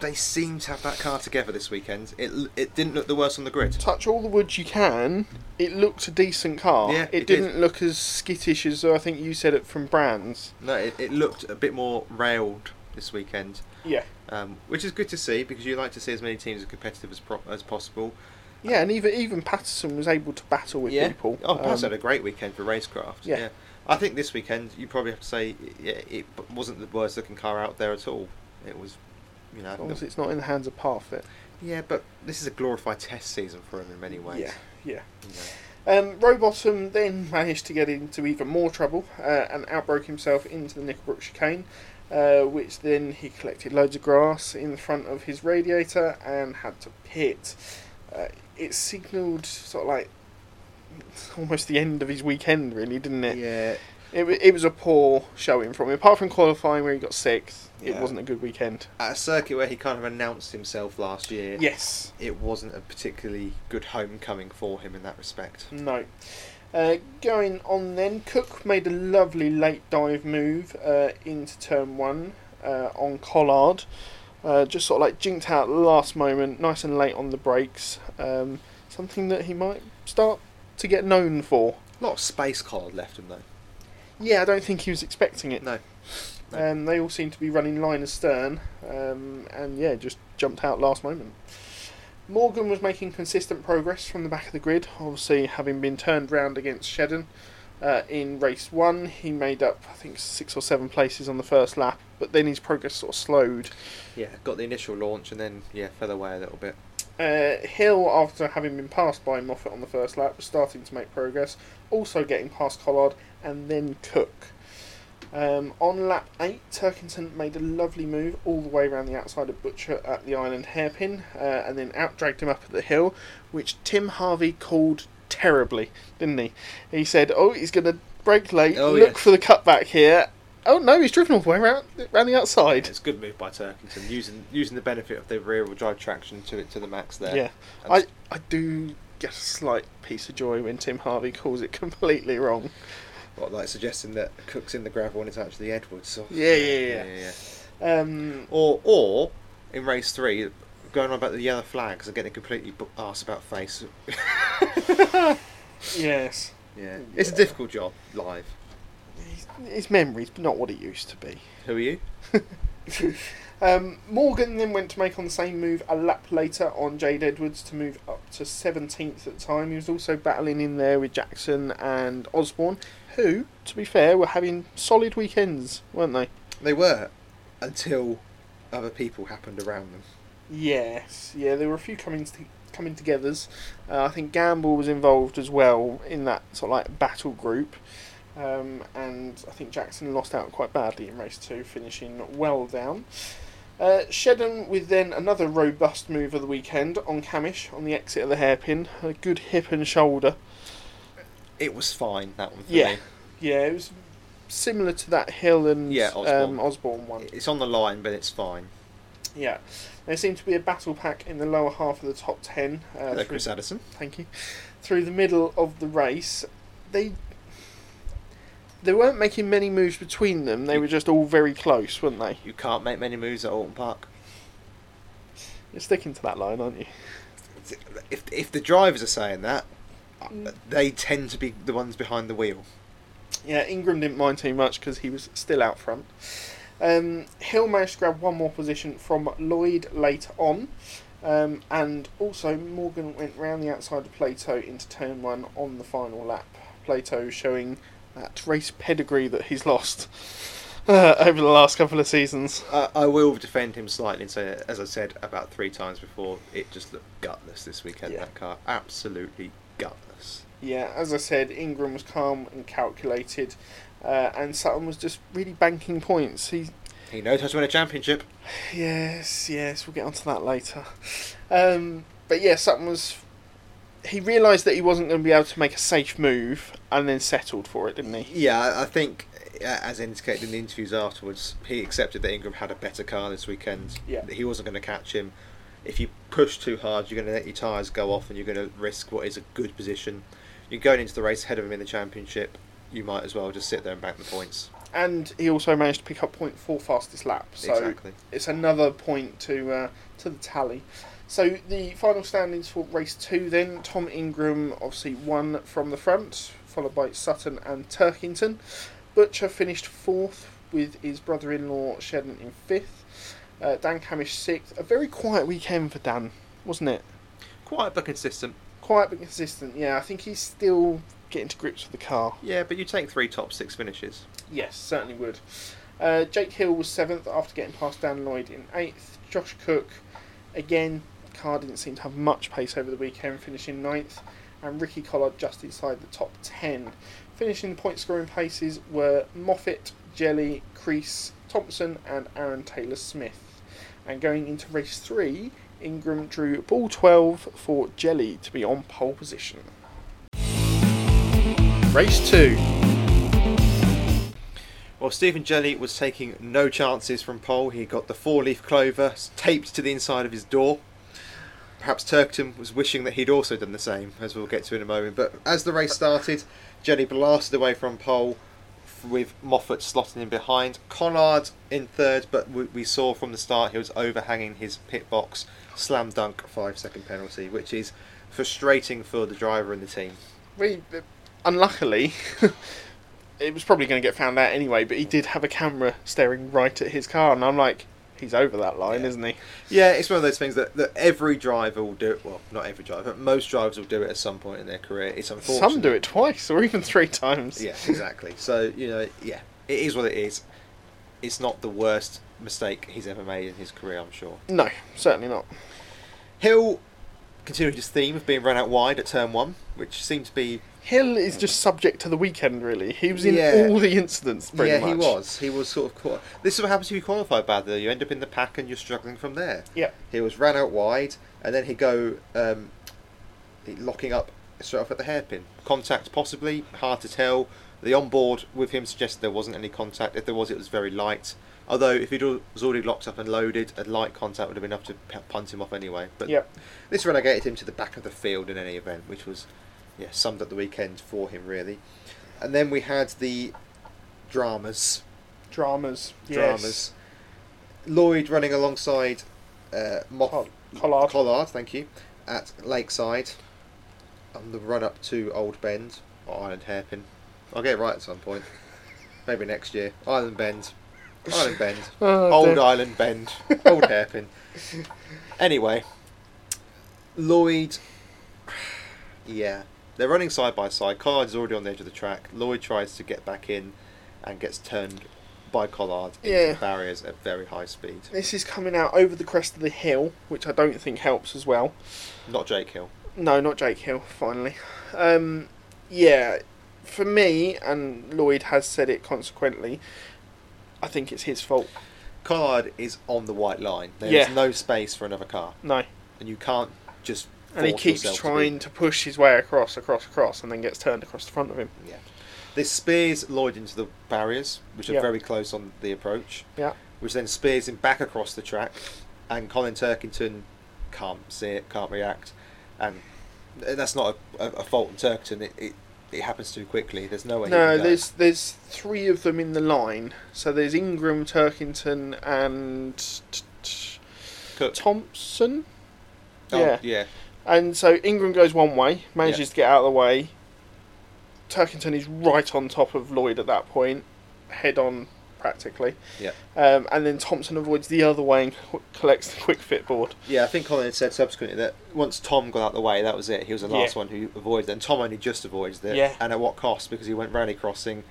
B: they seem to have that car together this weekend. It l- it didn't look the worst on the grid.
A: Touch all the wood you can. It looked a decent car.
B: Yeah,
A: it,
B: it did.
A: didn't look as skittish as uh, I think you said it from Brands.
B: No, it, it looked a bit more railed this weekend.
A: Yeah.
B: Um, which is good to see because you like to see as many teams as competitive as, pro- as possible.
A: Yeah, and even even Patterson was able to battle with people.
B: Oh, Pass
A: Um,
B: had a great weekend for racecraft.
A: yeah.
B: Yeah. I think this weekend you probably have to say yeah, it wasn't the worst looking car out there at all. It was, you know. I
A: As
B: think
A: long as
B: the-
A: Um, it's not in the hands of Parfit.
B: yeah, but this is a glorified test season for him in many ways.
A: Yeah, yeah.
B: you know.
A: Um, Robottom then managed to get into even more trouble uh, and outbroke himself into the Nickelbrook chicane, uh, which then he collected loads of grass in the front of his radiator and had to pit. Uh, it signalled sort of like almost the end of his weekend, really, didn't it?
B: Yeah,
A: It, wa- it was a poor showing from him. Apart from qualifying where he got sixth, it
B: Yeah.
A: wasn't a good weekend.
B: at a circuit where he kind of announced himself last year.
A: Yes.
B: It wasn't a particularly good homecoming for him in that respect.
A: No. Uh, going on then, Cook made a lovely late dive move uh, into turn one uh, on Collard. Uh, just sort of like jinked out at the last moment, nice and late on the brakes. Um, something that he might start to get known for.
B: A lot of space card left him though.
A: Yeah, I don't think he was expecting it.
B: No. No.
A: Um, they all seem to be running line astern, um, and yeah, just jumped out last moment. Morgan was making consistent progress from the back of the grid, obviously having been turned round against Shedden. Uh, in race one, he made up, I think, six or seven places on the first lap, but then his progress sort of slowed.
B: Yeah, got the initial launch and then yeah, fell away a little bit.
A: Uh, Hill, after having been passed by Moffat on the first lap, was starting to make progress, also getting past Collard and then Cook. Um, on lap 8, Turkington made a lovely move all the way around the outside of Butcher at the island hairpin uh, and then outdragged him up at the hill, which Tim Harvey called terribly, didn't he? He said, Oh, he's going to brake late,
B: Oh,
A: look
B: yes.
A: for the cutback here. Oh no, he's driven all the way around, around the outside.
B: It's a good move by Turkington, using using the benefit of the rear wheel drive traction to it to the max there.
A: Yeah. I, I do get a slight piece of joy when Tim Harvey calls it *laughs* completely wrong.
B: What, like suggesting that Cook's in the gravel and it's actually Edwards. Or,
A: Yeah, yeah, yeah. Um,
B: Or, or in race three, going on about the yellow flags and getting completely bu- arse about face.
A: yes.
B: Yeah, it's a difficult job live.
A: His, his memory's not what it used to be.
B: Who are you?
A: Um, Morgan then went to make on the same move a lap later on Jade Edwards to move up to 17th at the time. He was also battling in there with Jackson and Osborne, who, to be fair, were having solid weekends, weren't they?
B: They were until other people happened around them.
A: Yes, yeah, there were a few coming to, coming togethers. Uh, I think Gamble was involved as well in that sort of like battle group, um, and I think Jackson lost out quite badly in race two, finishing well down. Uh, Shedden with then another robust move of the weekend on Camish on the exit of the hairpin, a good hip and shoulder.
B: It was fine that one. For
A: Yeah. Yeah, it was similar to that Hill and
B: Yeah,
A: Um,
B: Osborne.
A: Osborne one.
B: me. It's on the line, but it's fine.
A: Yeah, there seemed to be a battle pack in the lower half of the top ten. Uh,
B: Hello,
A: through-
B: Chris Addison.
A: thank you. Through the middle of the race, they they weren't making many moves between them. They were just all very close, weren't they?
B: You can't make many moves at Alton Park.
A: You're sticking to that line, aren't you?
B: If if the drivers are saying that, uh,
A: Mm.
B: they tend to be the ones behind the wheel.
A: Yeah, Ingram didn't mind too much because he was still out front. Um, Hill managed to grab one more position from Lloyd later on. Um, and also, Morgan went round the outside of Plato into turn one on the final lap. Plato showing that race pedigree that he's lost *laughs* uh, over the last couple of seasons.
B: Uh, I will defend him slightly and say, as I said about three times before, it just looked gutless this weekend.
A: Yeah.
B: That car, absolutely gutless.
A: Yeah, as I said, Ingram was calm and calculated, uh, and Sutton was just really banking points. He,
B: He knows how to win a championship.
A: yes, yes, we'll get onto that later. Um, but yeah, Sutton was. He realised that he wasn't going to be able to make a safe move, and then settled for it, didn't he?
B: Yeah, I- I think, uh, as indicated in the interviews afterwards, he accepted that Ingram had a better car this weekend.
A: Yeah.
B: that he wasn't going to catch him. If you push too hard, you're going to let your tyres go off, and you're going to risk what is a good position. You're going into the race ahead of him in the championship. You might as well just sit there and bank the points.
A: And he also managed to pick up point four fastest lap. So
B: exactly.
A: it's another point to uh, to the tally. So the final standings for race two then Tom Ingram obviously won from the front, followed by Sutton and Turkington. Butcher finished fourth with his brother-in-law Shedden in fifth. Uh, Dan Camish sixth. A very quiet weekend for Dan, wasn't it?
B: Quiet but consistent.
A: Quiet but consistent. Yeah, I think he's still getting to grips with the car.
B: Yeah, but you take three top six finishes.
A: Yes, certainly would. Uh, Jake Hill was seventh after getting past Dan Lloyd in eighth. Josh Cook, again, car didn't seem to have much pace over the weekend, finishing ninth. and Ricky Collard just inside the top 10. Finishing the point scoring places were Moffitt, Jelly, Crease, Thompson, and Aaron Taylor Smith. And going into race 3, Ingram drew ball 12 for Jelly to be on pole position. Race 2.
B: Well, Stephen Jelly was taking no chances from pole. He got the four leaf clover s- taped to the inside of his door. Perhaps Turkton was wishing that he'd also done the same, as we'll get to in a moment. But as the race started, Jelly blasted away from pole f- with Moffat slotting in behind. Collard in third, but we, we saw from the start he was overhanging his pit box. Slam dunk five second penalty, which is frustrating for the driver and the team.
A: We, unluckily, *laughs* it was probably going to get found out anyway, but he did have a camera staring right at his car, and I'm like, he's over that line,
B: Yeah.
A: isn't he?
B: Yeah, it's one of those things that, that every driver will do it. Well, not every driver, but most drivers will do it at some point in their career. It's unfortunate.
A: Some do it twice or even three times. *laughs*
B: Yeah, exactly. So, you know, yeah, it is what it is. It's not the worst mistake he's ever made in his career, I'm sure.
A: No, certainly not.
B: Hill continued his theme of being run out wide at turn one, which seemed to be.
A: Hill is just subject to the weekend, really. He was in
B: Yeah.
A: all the incidents, pretty
B: yeah,
A: much.
B: he was. He was sort of. Caught. This is what happens if you qualify badly. You end up in the pack and you're struggling from there.
A: Yeah.
B: He was ran out wide, and then he go um, he- locking up straight off at the hairpin. Contact possibly, hard to tell. The onboard with him suggested there wasn't any contact. If there was, it was very light. Although if he was already locked up and loaded, a light contact would have been enough to p- punt him off anyway. But
A: Yep.
B: this relegated him to the back of the field in any event, which was yeah summed up the weekend for him really. And then we had the dramas
A: Dramas. Yes.
B: dramas. Lloyd running alongside uh, Moff-
A: Col- Collard.
B: Collard, thank you, at Lakeside on the run up to Old Bend or Island Hairpin. I'll get it right at some point.
A: *laughs*
B: Maybe next year. Island Bend. Island Bend.
A: *laughs* Oh,
B: Old
A: dear.
B: Island Bend. *laughs* Old Hairpin. Anyway, Lloyd. Yeah. They're running side by side. Collard's already on the edge of the track. Lloyd tries to get back in and gets turned by Collard into
A: Yeah.
B: the barriers at very high speed.
A: This is coming out over the crest of the hill, which I don't think helps as well.
B: Not Jake Hill.
A: No, not Jake Hill, finally. Um, yeah, for me, and Lloyd has said it consequently, I think it's his fault.
B: Collard is on the white line. There's
A: Yeah.
B: no space for another car,
A: No.
B: and you can't just.
A: And he
B: force
A: keeps
B: yourself to be-
A: trying to push his way across, across, across, and then gets turned across the front of him.
B: yeah. This spears Lloyd into the barriers, which are
A: Yeah.
B: very close on the approach,
A: Yeah.
B: which then spears him back across the track, and Colin Turkington can't see it, can't react, and that's not a, a, a fault in Turkington. It, it it happens too quickly. There's no way. he
A: No,
B: can go.
A: there's there's three of them in the line. So there's Ingram, Turkington, and t- t-
B: Cook.
A: Thompson.
B: Oh,
A: yeah.
B: yeah.
A: And so Ingram goes one way, manages to get out of the way. Turkington is right on top of Lloyd at that point, head on practically.
B: Yeah.
A: Um, and then Thompson avoids the other way and qu- collects the quick fit board.
B: Yeah, I think Colin had said subsequently that once Tom got out of the way, that was it. He was the
A: Yeah.
B: last one who avoided it. And Tom only just avoided it.
A: Yeah.
B: And at what cost? Because he went rally crossing,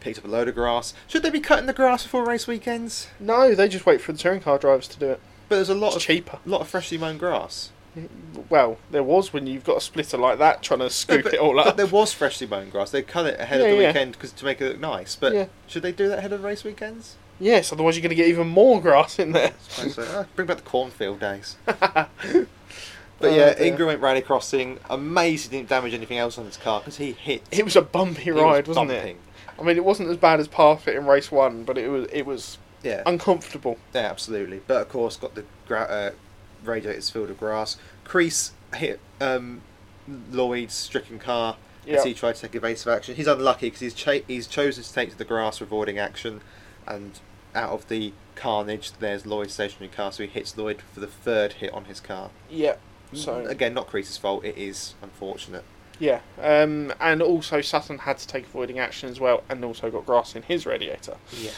B: picked up a load of grass. Should they be cutting the grass before race weekends?
A: No, they just wait for the touring car drivers to do it.
B: But there's a lot
A: It's
B: of
A: cheaper.
B: lot of freshly mown grass.
A: Well, there was when you've got a splitter like that trying to scoop
B: but,
A: it all
B: but
A: up.
B: there was freshly mown grass. They cut it ahead
A: Yeah,
B: of the
A: yeah.
B: weekend 'cause to make it look nice. But
A: Yeah.
B: should they do that ahead of race weekends?
A: Yes, otherwise you're going to get even more grass in there.
B: I suppose so. Ah, bring back the cornfield
A: *laughs*
B: days. But
A: Oh,
B: yeah,
A: dear.
B: Ingram went rally crossing. Amazed he didn't damage anything else on his car because he hit.
A: It was a bumpy
B: he was
A: ride, was not it?
B: bumping.
A: I mean, it wasn't as bad as Parfit in race one, but it was it was
B: Yeah.
A: uncomfortable.
B: Yeah, absolutely. But of course, got the gra- uh, radiators filled with grass. Crease hit um, Lloyd's stricken car
A: Yeah.
B: as he tried to take evasive action. He's unlucky because he's cha- he's chosen to take to the grass, avoiding action, and out of the carnage, there's Lloyd's stationary car. So he hits Lloyd for the third hit on his car.
A: Yeah. So
B: again, not Crease's fault. It is unfortunate.
A: Yeah, um, and also Sutton had to take avoiding action as well, and also got grass in his radiator.
B: Yeah.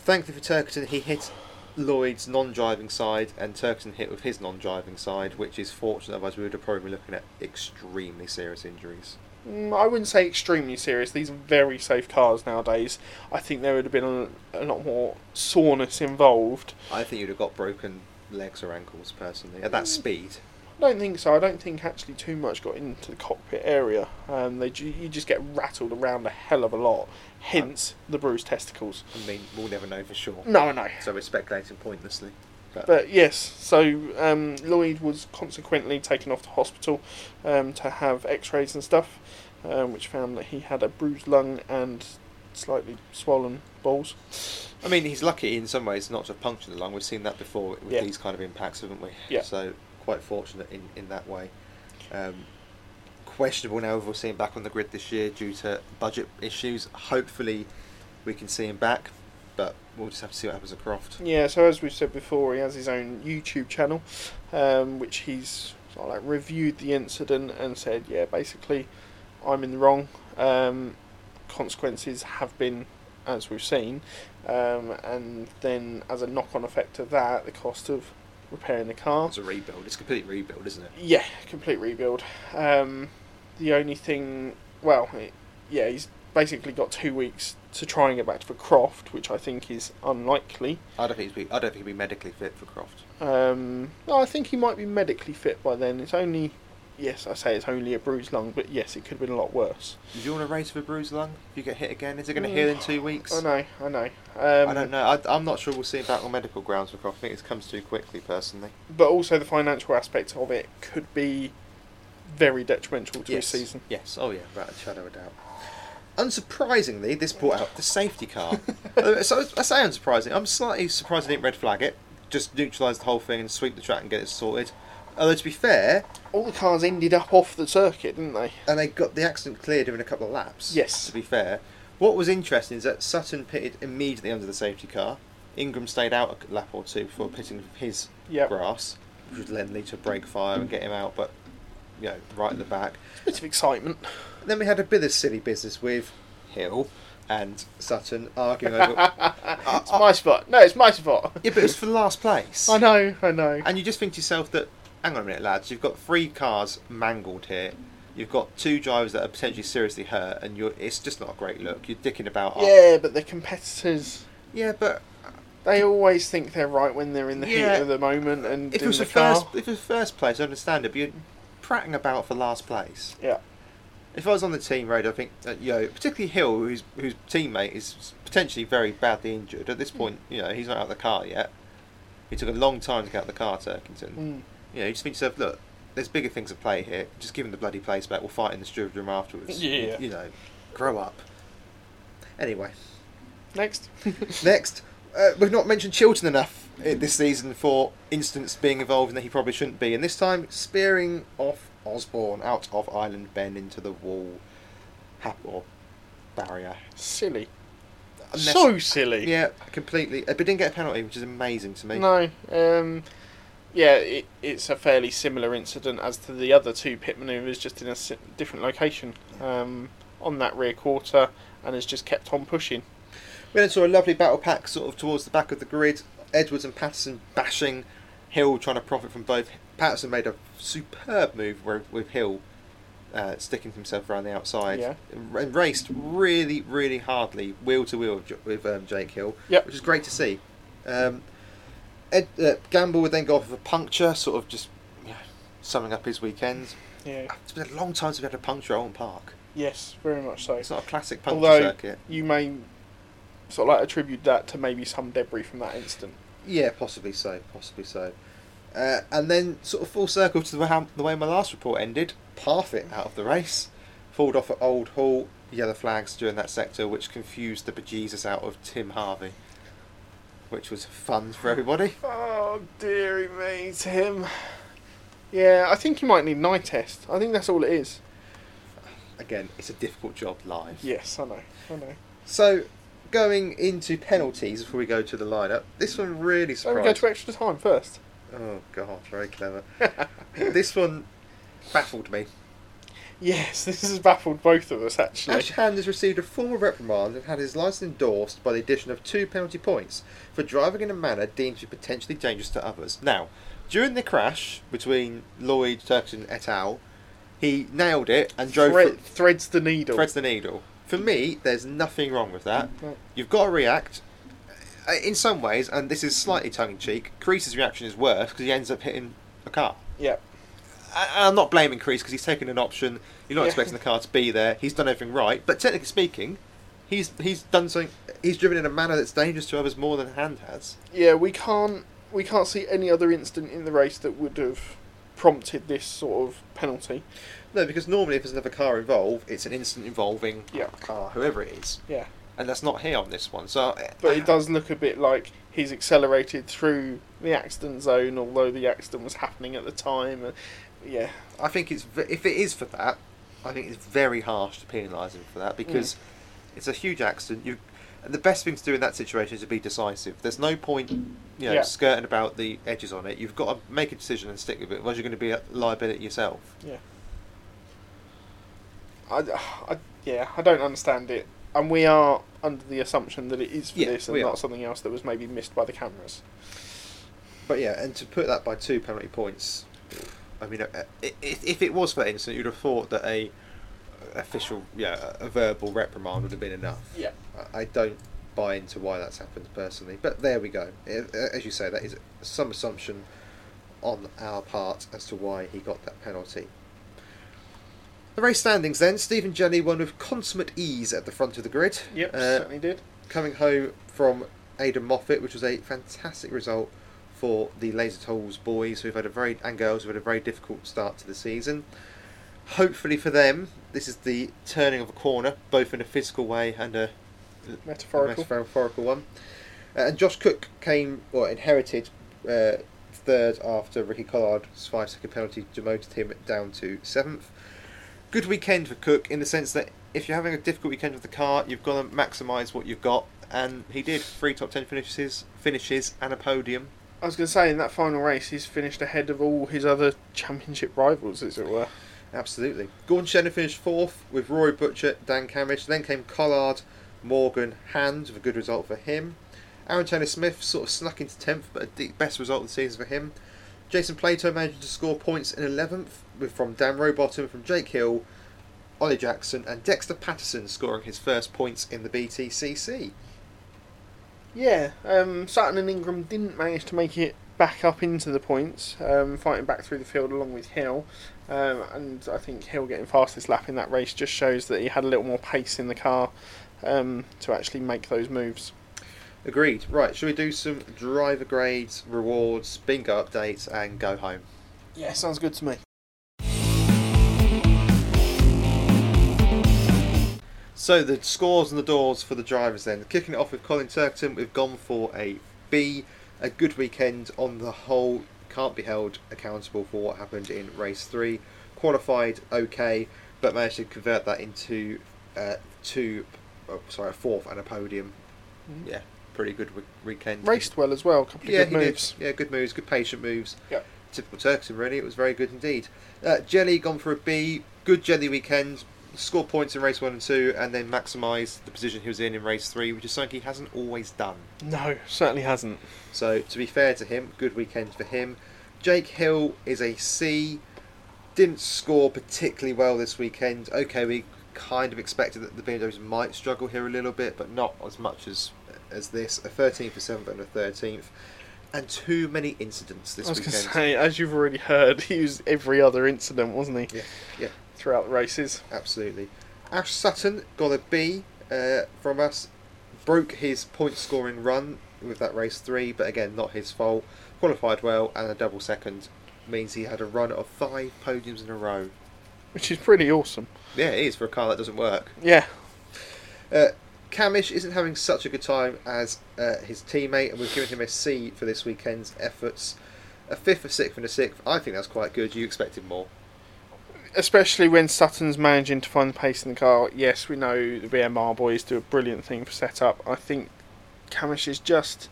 B: Thankfully for Turkerton, he hit Lloyd's non-driving side, and Turkerton hit with his non-driving side, which is fortunate. Otherwise, we would have probably been looking at extremely serious injuries.
A: Mm, I wouldn't say extremely serious. These are very safe cars nowadays. I think there would have been a, a lot more soreness involved.
B: I think you'd have got broken legs or ankles personally at that speed.
A: I don't think so. I don't think actually too much got into the cockpit area. Um, they ju- you just get rattled around a hell of a lot. Hence the bruised testicles.
B: I mean, we'll never know for sure.
A: No, no.
B: So we're speculating pointlessly.
A: Mm. But yes, so um, Lloyd was consequently taken off to hospital um, to have X-rays and stuff, um, which found that he had a bruised lung and slightly swollen balls.
B: I mean, he's lucky in some ways not to have punctured the lung. We've seen that before with
A: Yeah.
B: these kind of impacts, haven't we?
A: Yeah.
B: So quite fortunate in, in that way. Um, questionable now if we'll see him back on the grid this year due to budget issues. Hopefully, we can see him back, but we'll just have to see what happens at Croft.
A: Yeah, so as we've said before, he has his own YouTube channel, um, which he's sort of like reviewed the incident and said, yeah, basically, I'm in the wrong. Um, consequences have been as we've seen, um, and then as a knock-on effect of that, the cost of repairing the car.
B: It's a rebuild. It's a complete rebuild, isn't it?
A: Yeah, complete rebuild. Um, the only thing, well, it, yeah, he's basically got two weeks to try and get back for Croft, which I think is unlikely.
B: I don't think he'd be, I don't think he'd be medically fit for Croft.
A: Um, no, I think he might be medically fit by then. It's only, yes, I say it's only a bruised lung, but yes, it could have been a lot worse.
B: Do you want to race with a bruised lung? If you get hit again, is it going to heal in two weeks?
A: I know, I know. Um,
B: I don't know. I, I'm not sure we'll see him back on medical grounds for Croft. I think it comes too quickly, personally.
A: But also the financial aspect of it could be very detrimental to
B: yes.
A: his season.
B: Yes. Oh yeah. Without a shadow of a doubt. Unsurprisingly, this brought out the
A: *laughs*
B: safety car. Uh, so I say unsurprising. I'm slightly surprised I didn't red flag it. Just neutralise the whole thing and sweep the track and get it sorted. Although to be fair,
A: All the cars ended up off the circuit, didn't they?
B: and they got the accident cleared in a couple of laps.
A: Yes.
B: To be fair, what was interesting is that Sutton pitted immediately under the safety car. Ingram stayed out a lap or two before pitting for his
A: Yep.
B: grass, which would then lead to a break fire and get him out. But you know, right at the back.
A: Bit of excitement.
B: Then we had a bit of silly business with Hill and Sutton
A: *laughs*
B: arguing over. yeah,
A: it's my spot. No, it's my spot.
B: but it was for last
A: *laughs*
B: place.
A: I know, I know.
B: And you just think to yourself that, hang on a minute, lads, you've got three cars mangled here. You've got two drivers that are potentially seriously hurt, and you're. It's just not a great look. You're dicking about. after-
A: yeah, but the competitors,
B: Yeah, but
A: they always think they're right when they're in the
B: Yeah.
A: heat of the moment and
B: if it
A: in
B: was
A: the
B: the
A: car.
B: first, if it was first place, I understand it. But you're pratting about for last place.
A: Yeah.
B: If I was on the team road, I think that you know, particularly Hill, whose whose teammate is potentially very badly injured at this point. You know, he's not out of the car yet. He took a long time to get out of the car, Turkington.
A: Mm.
B: You know, you just think to yourself, look, there's bigger things at play here. Just give him the bloody place back. We'll fight in the steward room afterwards.
A: Yeah.
B: You know, grow up. Anyway,
A: Next. *laughs*
B: next, uh, we've not mentioned Chilton enough uh, this season for instance being involved in that he probably shouldn't be. And this time, spearing off Osborne out of Island Bend into the wall, hap or barrier.
A: silly.
B: Unless-
A: so silly.
B: yeah, completely. Uh, but didn't get a penalty, which is amazing to me.
A: No. Um, yeah, it, it's a fairly similar incident as to the other two pit manoeuvres, just in a si- different location um, on that rear quarter, and has just kept on pushing.
B: We then saw a lovely battle pack sort of towards the back of the grid. Edwards and Patterson bashing Hill, trying to profit from both. Patterson made a superb move where, with Hill uh, sticking himself around the outside
A: Yeah.
B: and raced really, really hardly wheel to wheel with J- with um, Jake Hill,
A: Yep.
B: which is great to see. Um, Ed, uh, Gamble would then go off with a puncture, sort of just you know, summing up his weekends.
A: Yeah.
B: It's been a long time since we had a puncture at Owen Park.
A: Yes, very much so.
B: It's not a classic puncture
A: Although-
B: circuit.
A: You may sort of like attribute that to maybe some debris from that incident.
B: Yeah, possibly so, possibly so. Uh, and then sort of full circle to the, how, the way my last report ended. Parfit out of the race, pulled off at Old Hall. Yellow flags during that sector, which confused the bejesus out of Tim Harvey, which was fun for everybody.
A: Oh dearie me, Tim. Yeah, I think you might need an eye test. I think that's all it is.
B: Again, it's a difficult job live.
A: Yes, I know. I know.
B: So, going into penalties before we go to the lineup, this one really
A: So
B: surprised.
A: we go to extra time first.
B: oh god,
A: *laughs*
B: very clever. this one baffled me.
A: Yes, *laughs* this has baffled both of us actually.
B: Ash Hand has received a formal reprimand and had his licence endorsed by the addition of two penalty points for driving in a manner deemed to be potentially dangerous to others. Now, during the crash between Lloyd, Turkson et al., he nailed it and drove
A: Thread-
B: thre-
A: threads the needle.
B: threads the needle. For me, there's nothing wrong with that.
A: No.
B: You've got to react. Uh, In some ways, and this is slightly tongue in cheek, Crease's reaction is worse because he ends up hitting a car.
A: Yep.
B: I, I'm not blaming Crease because he's taken an option. You're not
A: Yeah.
B: expecting the car to be there. He's done everything right, but technically speaking, he's he's done something. He's driven in a manner that's dangerous to others more than Hand has.
A: Yeah, we can't we can't see any other incident in the race that would have prompted this sort of penalty.
B: No, because normally if there's another car involved, it's an incident involving
A: Yeah.
B: car, whoever it Oh, is,
A: Yeah,
B: and that's not here on this one. So, uh,
A: but it does look a bit like he's accelerated through the accident zone, although the accident was happening at the time. And yeah,
B: I think it's ve- if it is for that, I think it's very harsh to penalise him for that because it's a huge accident. You, and the best thing to do in that situation is to be decisive. There's no point, you know,
A: Yeah.
B: skirting about the edges on it. You've got to make a decision and stick with it. Otherwise, you're going to be a liability yourself.
A: yeah. I, I- yeah, I don't understand it, and we are under the assumption that it is for
B: Yeah,
A: this and
B: we
A: not
B: are.
A: something else that was maybe missed by the cameras.
B: But yeah, and to put that by two penalty points, I mean, uh, i- if, if it was for that incident, you'd have thought that a uh, official, yeah, a verbal reprimand would have been enough.
A: Yeah.
B: I- I don't buy into why that's happened personally, but there we go. I- uh, As you say, that is some assumption on our part as to why he got that penalty. The race standings then Stephen Jenny won with consummate ease at the front of the grid.
A: Yep,
B: Uh,
A: certainly did.
B: coming home from Aidan Moffat, which was a fantastic result for the Laser Tools boys, who've had a very and girls who've had a very difficult start to the season. Hopefully for them, this is the turning of a corner, both in a physical way and a
A: Metaphorical.
B: metaphorical one. Uh, and Josh Cook came or inherited uh, third after Ricky Collard's five-second penalty demoted him down to seventh. Good weekend for Cook in the sense that if you're having a difficult weekend with the car, you've got to maximise what you've got, and he did three top ten finishes, finishes and a podium.
A: I was going to say, in that final race, he's finished ahead of all his other championship rivals, as it were.
B: Absolutely. Gordon Shenner finished fourth with Rory Butcher, Dan Camish. Then came Collard, Morgan, Hand with a good result for him. Aaron Taylor Smith sort of snuck into 10th, but a de- best result of the season for him. Jason Plato managed to score points in 11th with from Dan Rowbottom, from Jake Hill, Ollie Jackson, and Dexter Patterson scoring his first points in the BTCC.
A: Yeah, um, Sutton and Ingram didn't manage to make it back up into the points, um, fighting back through the field along with Hill. Um, and I think Hill getting fastest lap in that race just shows that he had a little more pace in the car um, to actually make those moves.
B: Agreed. Right, should we do some driver grades, rewards, bingo updates, and go home?
A: Yeah, sounds good to me.
B: So the scores and the doors for the drivers then. Kicking it off with Colin Turkton, we've gone for a B. A good weekend on the whole. Can't be held accountable for what happened in race three. Qualified okay, but managed to convert that into uh, two, oh, sorry, a fourth and a podium.
A: Mhm.
B: Yeah, pretty good we- weekend.
A: Raced well as well, couple of
B: Mm-hmm. Yeah,
A: good
B: he did.
A: moves.
B: Yeah, good moves, good patient moves.
A: Yep.
B: Typical Turkson, really. It was very good indeed. Uh, Jelly gone for a B. Good Jelly weekend. Scored points in race one and two, and then maximised the position he was in in race three, which is something he hasn't always done.
A: No, certainly hasn't.
B: So to be fair to him, good weekend for him. Jake Hill is a C. Didn't score particularly well this weekend. Okay, we kind of expected that the BMWs might struggle here a little bit, but not as much as as this. A 13th, a 7th, and a 13th, and too many incidents this
A: I was going to
B: weekend.
A: say, as you've already heard, *laughs* he was every other incident, wasn't he,
B: Yeah, yeah,
A: throughout the races?
B: absolutely. Ash Sutton got a B uh, from us. Broke his point scoring run with that race three, but again, not his fault. Qualified well, and a double second means he had a run of five podiums in a row.
A: Which is pretty awesome.
B: Yeah, it is for a car that doesn't work.
A: Yeah,
B: Uh, Camish isn't having such a good time as uh, his teammate, and we've given him a C for this weekend's efforts. A fifth, a sixth, and a sixth. I think that's quite good. You expected more.
A: especially when Sutton's managing to find the pace in the car. Yes, we know the BMR boys do a brilliant thing for setup. I think Camish is just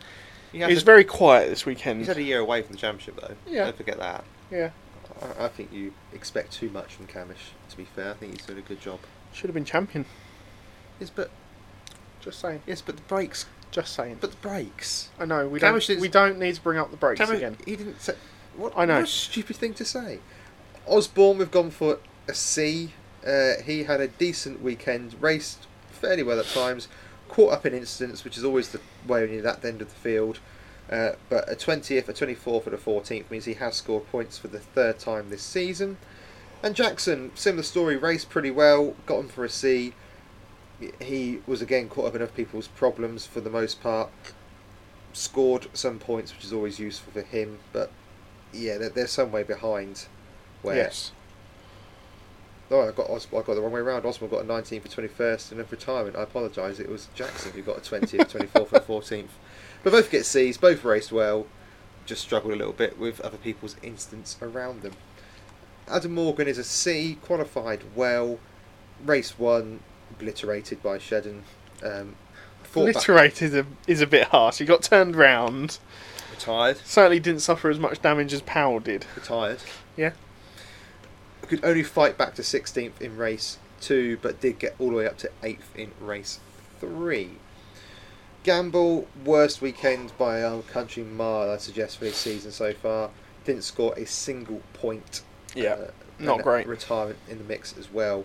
B: He has
A: he's
B: a-
A: very quiet this weekend.
B: he's had a year away from the championship, though.
A: Yeah.
B: Don't forget that.
A: yeah,
B: I, I think you expect too much from Camish. To be fair, I think he's doing a good job.
A: should have been champion.
B: Yes, but
A: Just saying.
B: yes, but the brakes.
A: Just saying.
B: But the brakes.
A: I know we
B: Camish
A: don't
B: is-
A: we don't need to bring up the brakes
B: Camish-
A: again.
B: He didn't say. What,
A: I know.
B: What a stupid thing to say. Osborne, we've gone for a C. Uh, he had a decent weekend, raced fairly well at times, caught up in incidents, which is always the way when you're at the end of the field. Uh, but a 20th, a 24th, and a 14th means he has scored points for the third time this season. And Jackson, similar story, raced pretty well, got him for a C. He was again caught up in other people's problems for the most part. Scored some points, which is always useful for him, but yeah, they're, they're some way behind. Where
A: Yes.
B: Oh, I got Os- I got the wrong way around. Osman got a 19th for 21st and then for retirement. I apologise. It was Jackson who got a 20th, 24th, and 14th. But both get C's. Both raced well. Just struggled a little bit with other people's instance around them. Adam Morgan is a C. Qualified well. Race one obliterated by Shedden. Um, fought back-
A: Obliterated is a, is a bit harsh. He got turned round.
B: retired.
A: Certainly didn't suffer as much damage as Powell did.
B: Retired.
A: Yeah.
B: Could only fight back to 16th in race two, but did get all the way up to 8th in race three. Gamble, worst weekend by a country mile, I suggest, for his season so far. Didn't score a single point. uh,
A: not
B: and
A: great.
B: Retirement in the mix as well.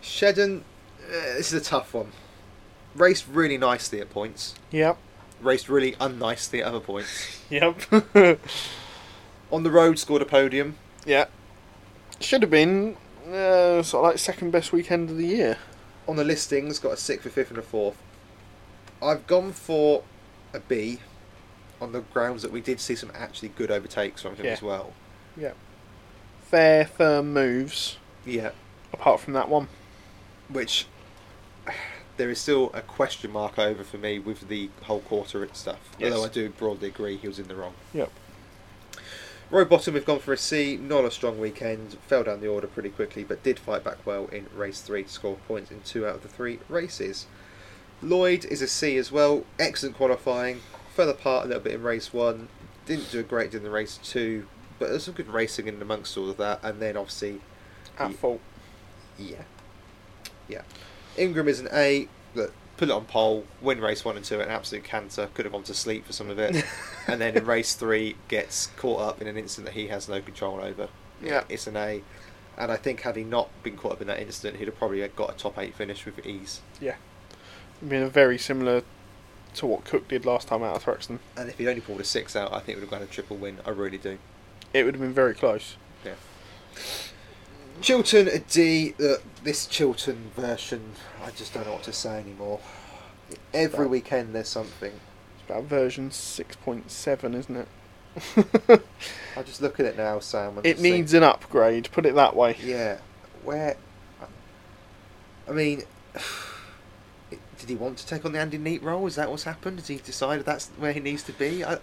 B: Shedden, uh, this is a tough one. Raced really nicely at points,
A: Yep.
B: raced really unnicely at other points.
A: Yep. *laughs*
B: On the road, scored a podium.
A: yeah. Should have been uh, sort of like second best weekend of the year.
B: on the listings got a sixth, a fifth, and a fourth. I've gone for a B on the grounds that we did see some actually good overtakes from him
A: Yeah.
B: as well.
A: Fair, firm moves.
B: Yeah,
A: Apart from that one.
B: which there is still a question mark over for me with the whole quarter and stuff.
A: Yes.
B: Although I do broadly agree he was in the wrong.
A: Yep.
B: Roy Bottom, we've gone for a C. Not a strong weekend. Fell down the order pretty quickly, but did fight back well in race three to score points in two out of the three races. Lloyd is a C as well. Excellent qualifying. Fell apart a little bit in race one. Didn't do a great deal in the race two, but there's some good racing in amongst all of that. And then obviously,
A: At
B: Yeah.
A: fault.
B: yeah, yeah. Ingram is an A. Look, put it on pole. Win race one and two. An absolute canter. Could have gone to sleep for some
A: *laughs*
B: of it. and then in race three gets caught up in an incident that he has no control over.
A: Yeah.
B: It's an A, and I think had he not been caught up in that incident, he'd have probably got a top eight finish with ease.
A: I mean, very similar to what Cook did last time out of Thruxton.
B: And if he'd only pulled a six out, I think we'd have got a triple win. I really do.
A: It would have been very close.
B: Chilton a D. Look, this Chilton version, I just don't know what to say anymore. Every
A: Right.
B: weekend there's something.
A: It's about version 6.7, isn't
B: *laughs*
A: it?
B: I just look at it now, Sam. and
A: it
B: just think,
A: needs an upgrade, put it that way.
B: Yeah, where? I mean, *sighs* did he want to take on the Andy Neat role? Is that what's happened? Has he decided that's where he needs to be? I,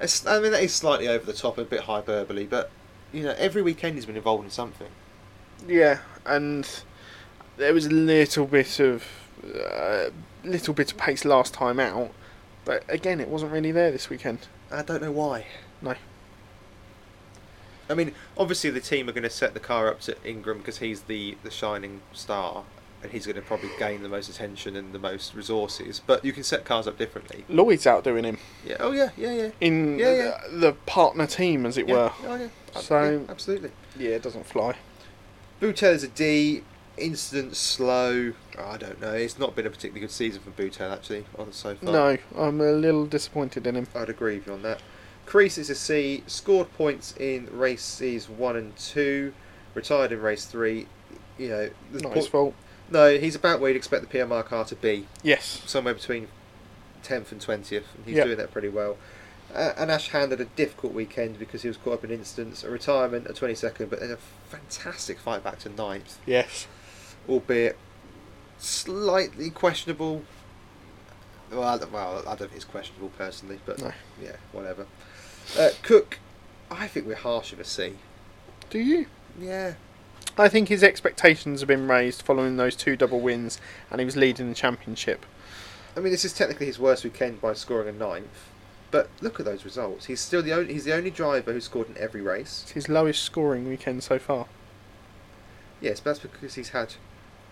B: it's, I mean, that is slightly over the top, a bit hyperbole, but you know, every weekend he's been involved in something.
A: Yeah, and there was a little bit of uh, little bit of pace last time out, but again, it wasn't really there this weekend.
B: I don't know why.
A: No.
B: I mean, obviously the team are going to set the car up to Ingram because he's the, the shining star, and he's going to probably gain the most attention and the most resources. But you can set cars up differently.
A: Lloyd's outdoing him
B: Yeah. Oh yeah, yeah, yeah.
A: in
B: Yeah, yeah.
A: The, the partner team, as it were.
B: Oh, yeah. Ab-
A: So-
B: yeah, absolutely.
A: Yeah, it doesn't fly.
B: Boutel is a D. Incident slow. Oh, I don't know. It's not been a particularly good season for Boutel actually on so far.
A: No, I'm a little disappointed in him.
B: I'd agree with you on that. Crease is a C. Scored points in races one and two. Retired in race three. You know, the
A: Not
B: po-
A: his fault.
B: no, he's about where you'd expect the PMR car to be,
A: Yes.
B: somewhere between tenth and twentieth, and he's
A: Yep.
B: doing that pretty well. Uh, and Ash Hand had a difficult weekend because he was caught up in incidents, a retirement, a twenty second, but then a fantastic fight back to ninth
A: Yes.
B: albeit slightly questionable. Well, I don't, well, I don't think it's questionable personally, but
A: No.
B: yeah, whatever. Uh, Cook, I think we're harsh with a C.
A: Do you?
B: Yeah,
A: I think his expectations have been raised following those two double wins, and he was leading the championship.
B: I mean this is technically his worst weekend by scoring a ninth, but look at those results. He's still the only he's the only driver who scored in every race.
A: It's his lowest scoring weekend so far.
B: Yes, but that's because he's had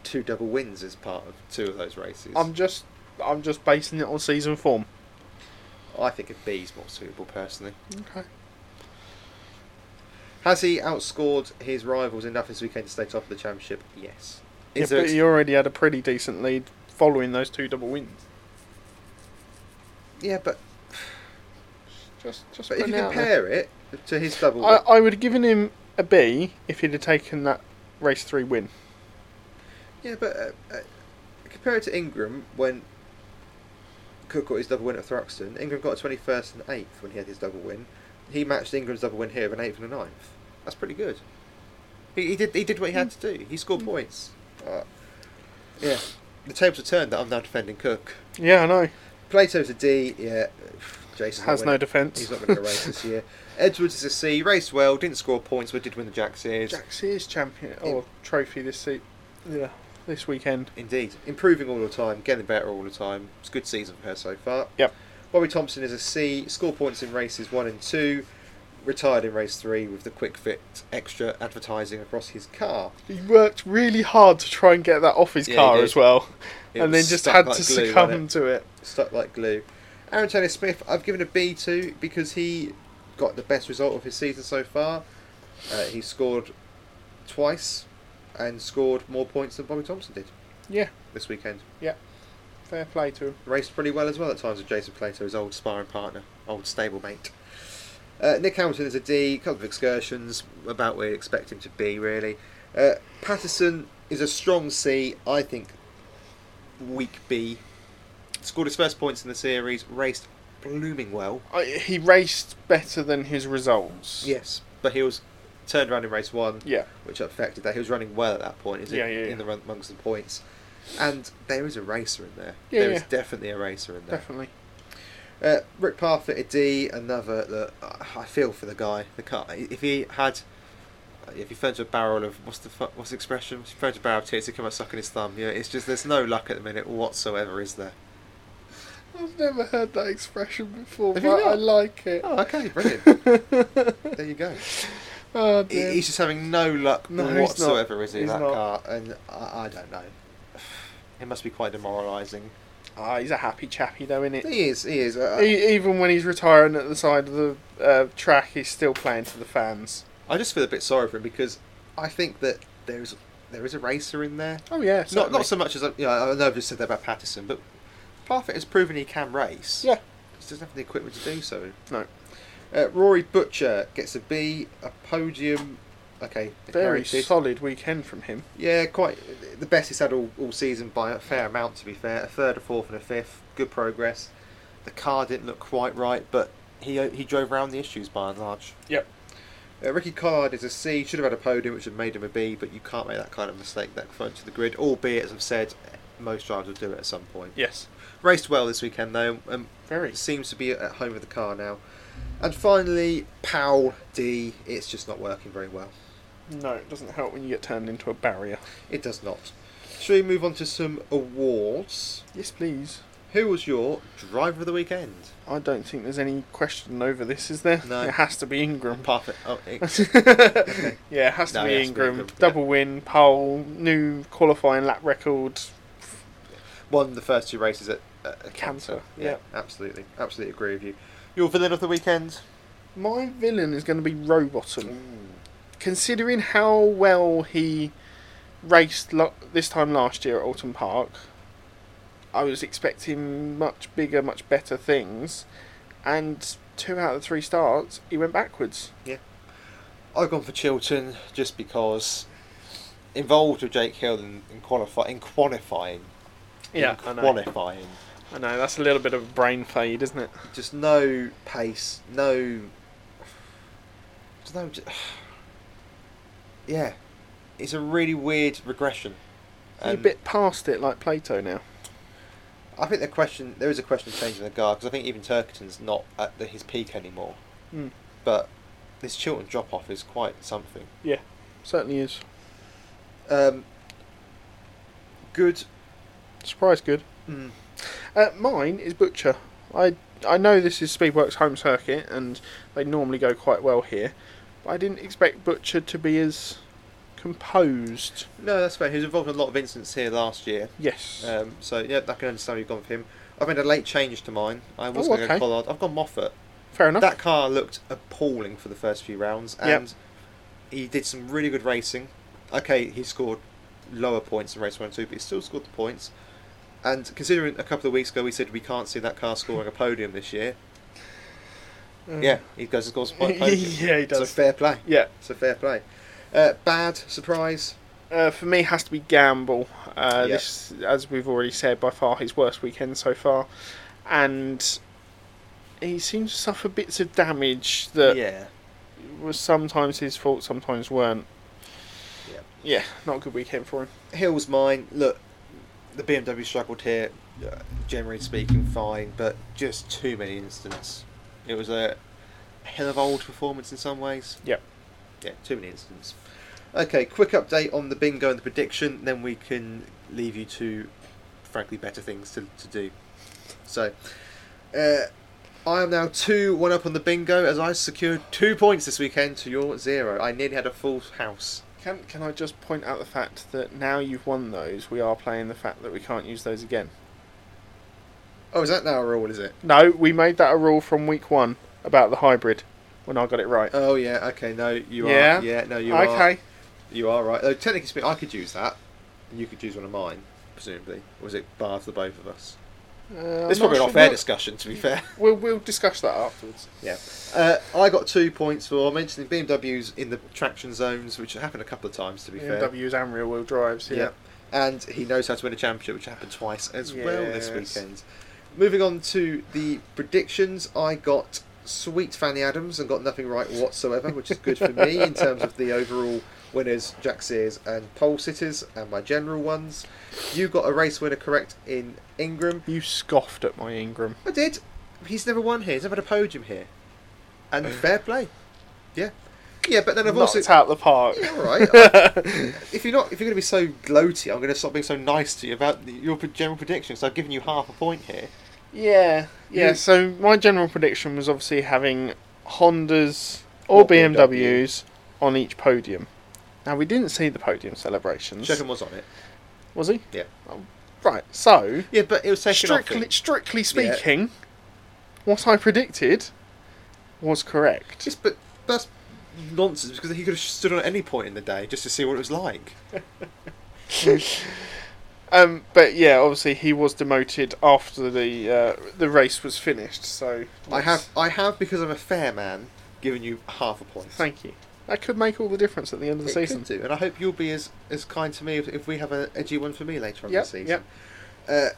B: two double wins as part of two of those races.
A: I'm just, I'm just basing it on season form.
B: I think a B is more suitable personally.
A: Okay.
B: Has he outscored his rivals enough this weekend to stay top of the championship? Yes.
A: Yeah,
B: Is there
A: but he already had a pretty decent lead following those two double wins.
B: Yeah, but
A: *sighs* Just, just
B: But if you
A: putting it out there.
B: compare it to his double,
A: I, I would have given him a B if he'd have taken that race three win.
B: yeah, but uh, uh, compare it to Ingram when Cook got his double win at Thruxton. Ingram got a twenty-first and eighth when he had his double win. He matched Ingram's double win here of an eighth and a ninth. That's pretty good. He, he did he did what he had to do. He
A: Mm.
B: scored points. Uh, yeah, the tables are turned that I'm now defending Cook.
A: Yeah, I know.
B: Plato's a D. Yeah, *sighs* Jason
A: Has no defence.
B: He's not going to race
A: *laughs*
B: this year. Edwards is a C. Raced well, didn't score points, but did win the Jack Series.
A: Jack Sears champion or trophy this se- yeah, this weekend.
B: Indeed, improving all the time, getting better all the time. It's a good season for her so far.
A: Yep.
B: Bobby Thompson is a C. Score points in races one and two. Retired in race three with the quick fit extra advertising across his car.
A: He worked really hard to try and get that off his
B: Yeah, he
A: car
B: did.
A: as well,
B: It
A: and
B: was
A: then just
B: stuck
A: had
B: like
A: to
B: glue, wasn't
A: succumb to it.
B: it? Stuck like glue. Aaron Taylor Smith, I've given a B to because he got the best result of his season so far. Uh, he scored twice and scored more points than Bobby Thompson did
A: Yeah,
B: this weekend.
A: fair play to him.
B: raced pretty well as well at times with Jason Plato, his old sparring partner, old stablemate. Uh, Nick Hamilton is a D, couple of excursions, about where you expect him to be, really. Uh, Patterson is a strong C, I think weak B. Scored his first points in the series, raced blooming well.
A: I, he raced better than his results.
B: Yes. But he was turned around in race one,
A: Yeah.
B: which affected that. He was running well at that point, is
A: Yeah,
B: it?
A: yeah, yeah.
B: In the run amongst the points. And there is a racer in there.
A: Yeah,
B: There is
A: yeah.
B: definitely a racer in there.
A: Definitely.
B: Uh, Rick Parfitt, a D, another that uh, I feel for the guy. The car, if he had, if he fell into a barrel of what's the fu- what's the expression? If he fell into a barrel of tits, he'd come out sucking his thumb. Yeah, it's just there's no luck at the minute whatsoever, is there?
A: I've never heard that expression before,
B: Have you
A: but I
B: not?
A: like it.
B: Oh, okay, *laughs* brilliant.
A: *laughs*
B: there you go.
A: Oh,
B: He-
A: dear.
B: He's just having no luck
A: No, he's not.
B: whatsoever, is he?
A: He's
B: that
A: not.
B: car, and I, I don't know. *sighs* It must be quite demoralising.
A: Ah, he's a happy chappy though, isn't it?
B: He is. He is. Uh,
A: E- even when he's retiring at the side of the uh, track, he's still playing for the fans.
B: I just feel a bit sorry for him because I think that there is there is a racer in there.
A: Oh yeah,
B: not
A: certainly.
B: not so much as I, you know, I know I've just said that about Patterson, but Parfit has proven he can race.
A: Yeah.
B: he just doesn't have the equipment to do so.
A: No.
B: Uh, Rory Butcher gets a B, a podium. Okay,
A: Very
B: inherited.
A: solid weekend from him.
B: Yeah, quite the best he's had all, all season by a fair amount. To be fair, a third, a fourth, and a fifth. Good progress. The car didn't look quite right, but he uh, he drove around the issues by and large.
A: Yep.
B: Uh, Ricky Collard is a C. Should have had a podium, which would have made him a B. But you can't make that kind of mistake that close to the grid. Albeit, as I've said, most drivers will do it at some point.
A: Yes.
B: Raced well this weekend though. Um,
A: Very.
B: seems to be at home with the car now. And finally, Powell D. It's just not working very well.
A: No, it doesn't help when you get turned into a barrier.
B: It does not. Should we move on to some awards?
A: Yes, please.
B: Who was your driver of the weekend?
A: I don't think there's any question over this, is there?
B: No.
A: It has to be Ingram.
B: Perfect. Oh, *laughs* it-
A: yeah, it has to
B: No,
A: be
B: it has to be
A: Ingram.
B: Ingram, yeah.
A: Double win, pole, new qualifying lap record.
B: won the first two races at, at at
A: Cantor,
B: Cantor. absolutely, absolutely agree with you. Your villain of the weekend?
A: My villain is going to be
B: Mm.
A: Robottom. considering how well he raced lo- this time last year at Alton Park, I was expecting much bigger, much better things. And two out of the three starts, he went backwards.
B: I've gone for Chilton just because involved with Jake Hill in, in qualify in quantifying. in qualifying.
A: I know that's a little bit of a brain fade, isn't it?
B: Just no pace, no. Just *sighs* no. ju- yeah, it's a really weird regression.
A: He's a bit past it, like Plato now.
B: I think the question there is a question of changing the guard because I think even Turkington's not at the, his peak anymore.
A: Mm.
B: But this Chilton drop off is quite something.
A: Yeah, certainly is.
B: Um, good.
A: Surprise, good.
B: Mm.
A: Uh, mine is Butcher. I I know this is Speedworks home circuit, and they normally go quite well here, but I didn't expect Butcher to be as composed.
B: No, that's fair. He was involved in a lot of incidents here last year.
A: Yes.
B: Um, so yeah, I can understand where you've gone for him. I've made a late change to mine. I was
A: Oh,
B: going to
A: okay.
B: go Collard. I've gone Moffat.
A: Fair enough.
B: That car looked appalling for the first few rounds,
A: Yep.
B: and he did some really good racing. Okay, he scored lower points in race one and two, but he still scored the points. And considering a couple of weeks ago we said we can't see that car scoring a podium this year,
A: Um,
B: Yeah, he goes and
A: *laughs*
B: scores by
A: yeah, he
B: It's a
A: does.
B: fair play.
A: Yeah.
B: It's a fair play. Uh, bad surprise.
A: Uh, for me, it has to be Gamble. Uh,
B: Yeah.
A: This, as we've already said, by far his worst weekend so far, and he seems to suffer bits of damage that
B: yeah.
A: was sometimes his fault, sometimes weren't.
B: Yeah.
A: Yeah, not a good weekend for him.
B: Hill's mine. Look, the BMW struggled here, uh, generally speaking, fine, but just too many incidents. It was a hell of old performance in some ways.
A: Yep.
B: Yeah, too many incidents. Okay, quick update on the bingo and the prediction, then we can leave you to, frankly, better things to, to do. So, uh, I am now 2 1 up on the bingo as I secured two points this weekend to your zero. I nearly had a full house.
A: Can Can I just point out the fact that now you've won those, we are playing the fact that we can't use those again.
B: Oh, is that now a rule, is it?
A: No, we made that a rule from week one about the hybrid when I got it right.
B: Oh yeah, okay, no, you
A: Yeah?
B: are. Yeah, no, you are.
A: okay.
B: You are right. Though technically speaking, I could use that. You could use one of mine, presumably. Or was it bar for the both of us?
A: Uh, I'm
B: It's probably an
A: not
B: off-air
A: sure.
B: discussion, to
A: *laughs*
B: be fair.
A: We'll, we'll discuss that afterwards.
B: Yeah. Uh, I got two points for mentioning BMWs in the traction zones, which happened a couple of times, to be fair.
A: BMWs and rear wheel drives. Yeah.
B: Yeah. And he knows how to win a championship, which happened twice as well this
A: Yes.
B: weekend. Moving on to the predictions, I got sweet Fanny Adams and got nothing right whatsoever, which is good for
A: *laughs*
B: me in terms of the overall winners, Jack Sears and pole sitters, and my general ones. You got a race winner correct in Ingram.
A: You scoffed at my Ingram.
B: I did. He's never won here. He's never had a podium here.
A: *laughs*
B: And fair play. Yeah. Yeah, but then I've
A: Knocked
B: also
A: out the park.
B: yeah, all right. *laughs* if you're not, if you're going to be so gloaty, I'm going to stop being so nice to you about the, your pre- general predictions. So I've given you half a point here.
A: Yeah, yeah.
B: You-
A: So my general prediction was obviously having Hondas or
B: Or
A: BMWs on each podium. Now we didn't see the podium celebrations.
B: Sheringham was on it.
A: Was he?
B: Yeah.
A: Oh, right. So
B: Yeah, but it was taken off
A: strictly,
B: him.
A: strictly
B: Yeah.
A: speaking, what I predicted was
B: *laughs*
A: correct.
B: Just, but that's nonsense because he could have stood on at any point in the day just to see what it was like.
A: Um, but yeah, obviously he was demoted after the uh, the race was finished. So
B: I have, I have, because I'm a fair man, given you half a point.
A: Thank you. That could make all the difference at the end of the
B: It
A: season.
B: could do, and I hope you'll be as, as kind to me if, if we have an edgy one for me later on
A: Yep,
B: this season.
A: yep.
B: Uh,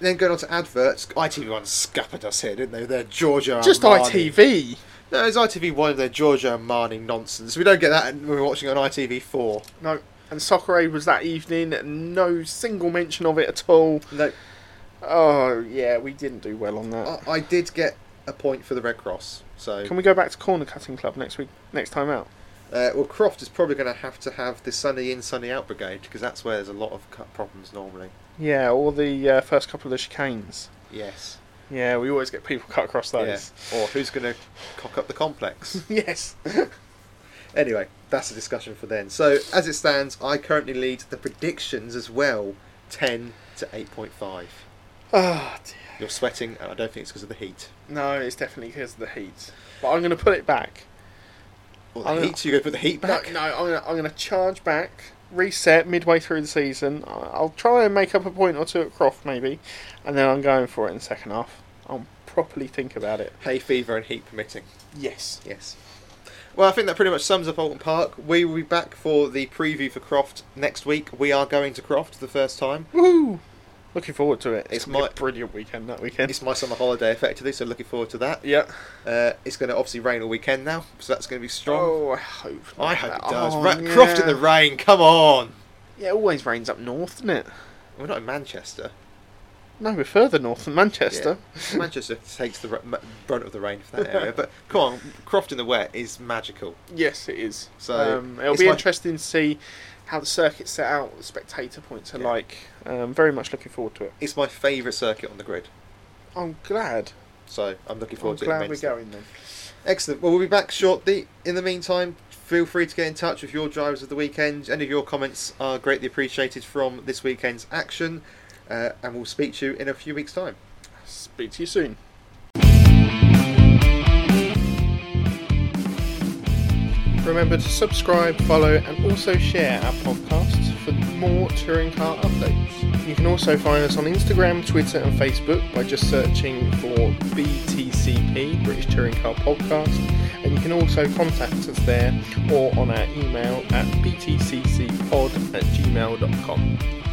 B: then going on to adverts, ITV1 scuppered us here, didn't they? They're Giorgio
A: Just
B: Armani.
A: ITV.
B: No, it's ITV1 of their Giorgio Armani nonsense. We don't get that when we're watching it on ITV4.
A: No. And Soccer Aid was that evening. No single mention of it at all.
B: No,
A: Oh yeah, we didn't do well on that.
B: I, I did get a point for the Red Cross. So,
A: Can we go back to Corner Cutting Club next week? Next time out.
B: uh, well, Croft is probably going to have to have the Sunny In, Sunny Out brigade because that's where there's a lot of cut problems normally.
A: Yeah, or the uh, first couple of chicanes.
B: Yes.
A: Yeah, we always get people cut across those.
B: Yeah. Or who's going to cock up the *laughs* complex?
A: *laughs* yes.
B: anyway, that's a discussion for then. So, as it stands, I currently lead the predictions as well 10 to 8.5.
A: Ah, dear.
B: You're sweating, and I don't think it's because of the heat.
A: No, it's definitely because of the heat. But I'm going to put it back.
B: Well, the
A: I'm-
B: heat, so you're going to put the heat
A: No,
B: back?
A: no, I'm gonna, I'm gonna charge back, reset midway through the season. I- I'll try and make up a point or two at Croft maybe, and then I'm going for it in the second half. I'll properly think about it.
B: Hay fever and heat permitting.
A: Yes.
B: Yes. Well, I think that pretty much sums up Alton Park. We will be back for the preview for Croft next week. We are going to Croft for the first time.
A: Woo! Looking forward to it. It's,
B: It's
A: gonna be
B: my-
A: a brilliant weekend that weekend.
B: It's my summer holiday, effectively, so looking forward to that.
A: yeah.
B: Uh, it's going to obviously rain all weekend now, so that's going to be strong.
A: Oh, I hope. not.
B: I hope it does.
A: Oh,
B: Ra- Croft in the
A: yeah.
B: rain, come on!
A: Yeah, it always rains up north, doesn't it?
B: We're not in Manchester.
A: No, we're further north than Manchester.
B: Yeah. Manchester *laughs* takes the ra- ma- brunt of the rain for
A: *laughs*
B: that area, but come on, Croft in the wet is magical.
A: Yes, it is.
B: So,
A: um, it'll
B: it's
A: be
B: my-
A: interesting to see how the circuit's set out, what the spectator points are
B: Yeah.
A: like. Um, very much looking forward to it.
B: It's my favourite circuit on the grid,
A: I'm glad.
B: so I'm looking
A: I'm
B: forward to it.
A: glad we're
B: immensely.
A: going then.
B: Excellent. Well, we'll be back shortly. In the meantime, feel free to get in touch with your drivers of the weekend. Any of your comments are greatly appreciated from this weekend's action, uh, and we'll speak to you in a few weeks' time.
A: Speak to you soon. Remember to subscribe, follow, and also share our podcasts for more touring car updates. You can also find us on Instagram, Twitter, and Facebook by just searching for BTCP, British Touring Car Podcast, and you can also contact us there or on our email at btccpod at gmail.com.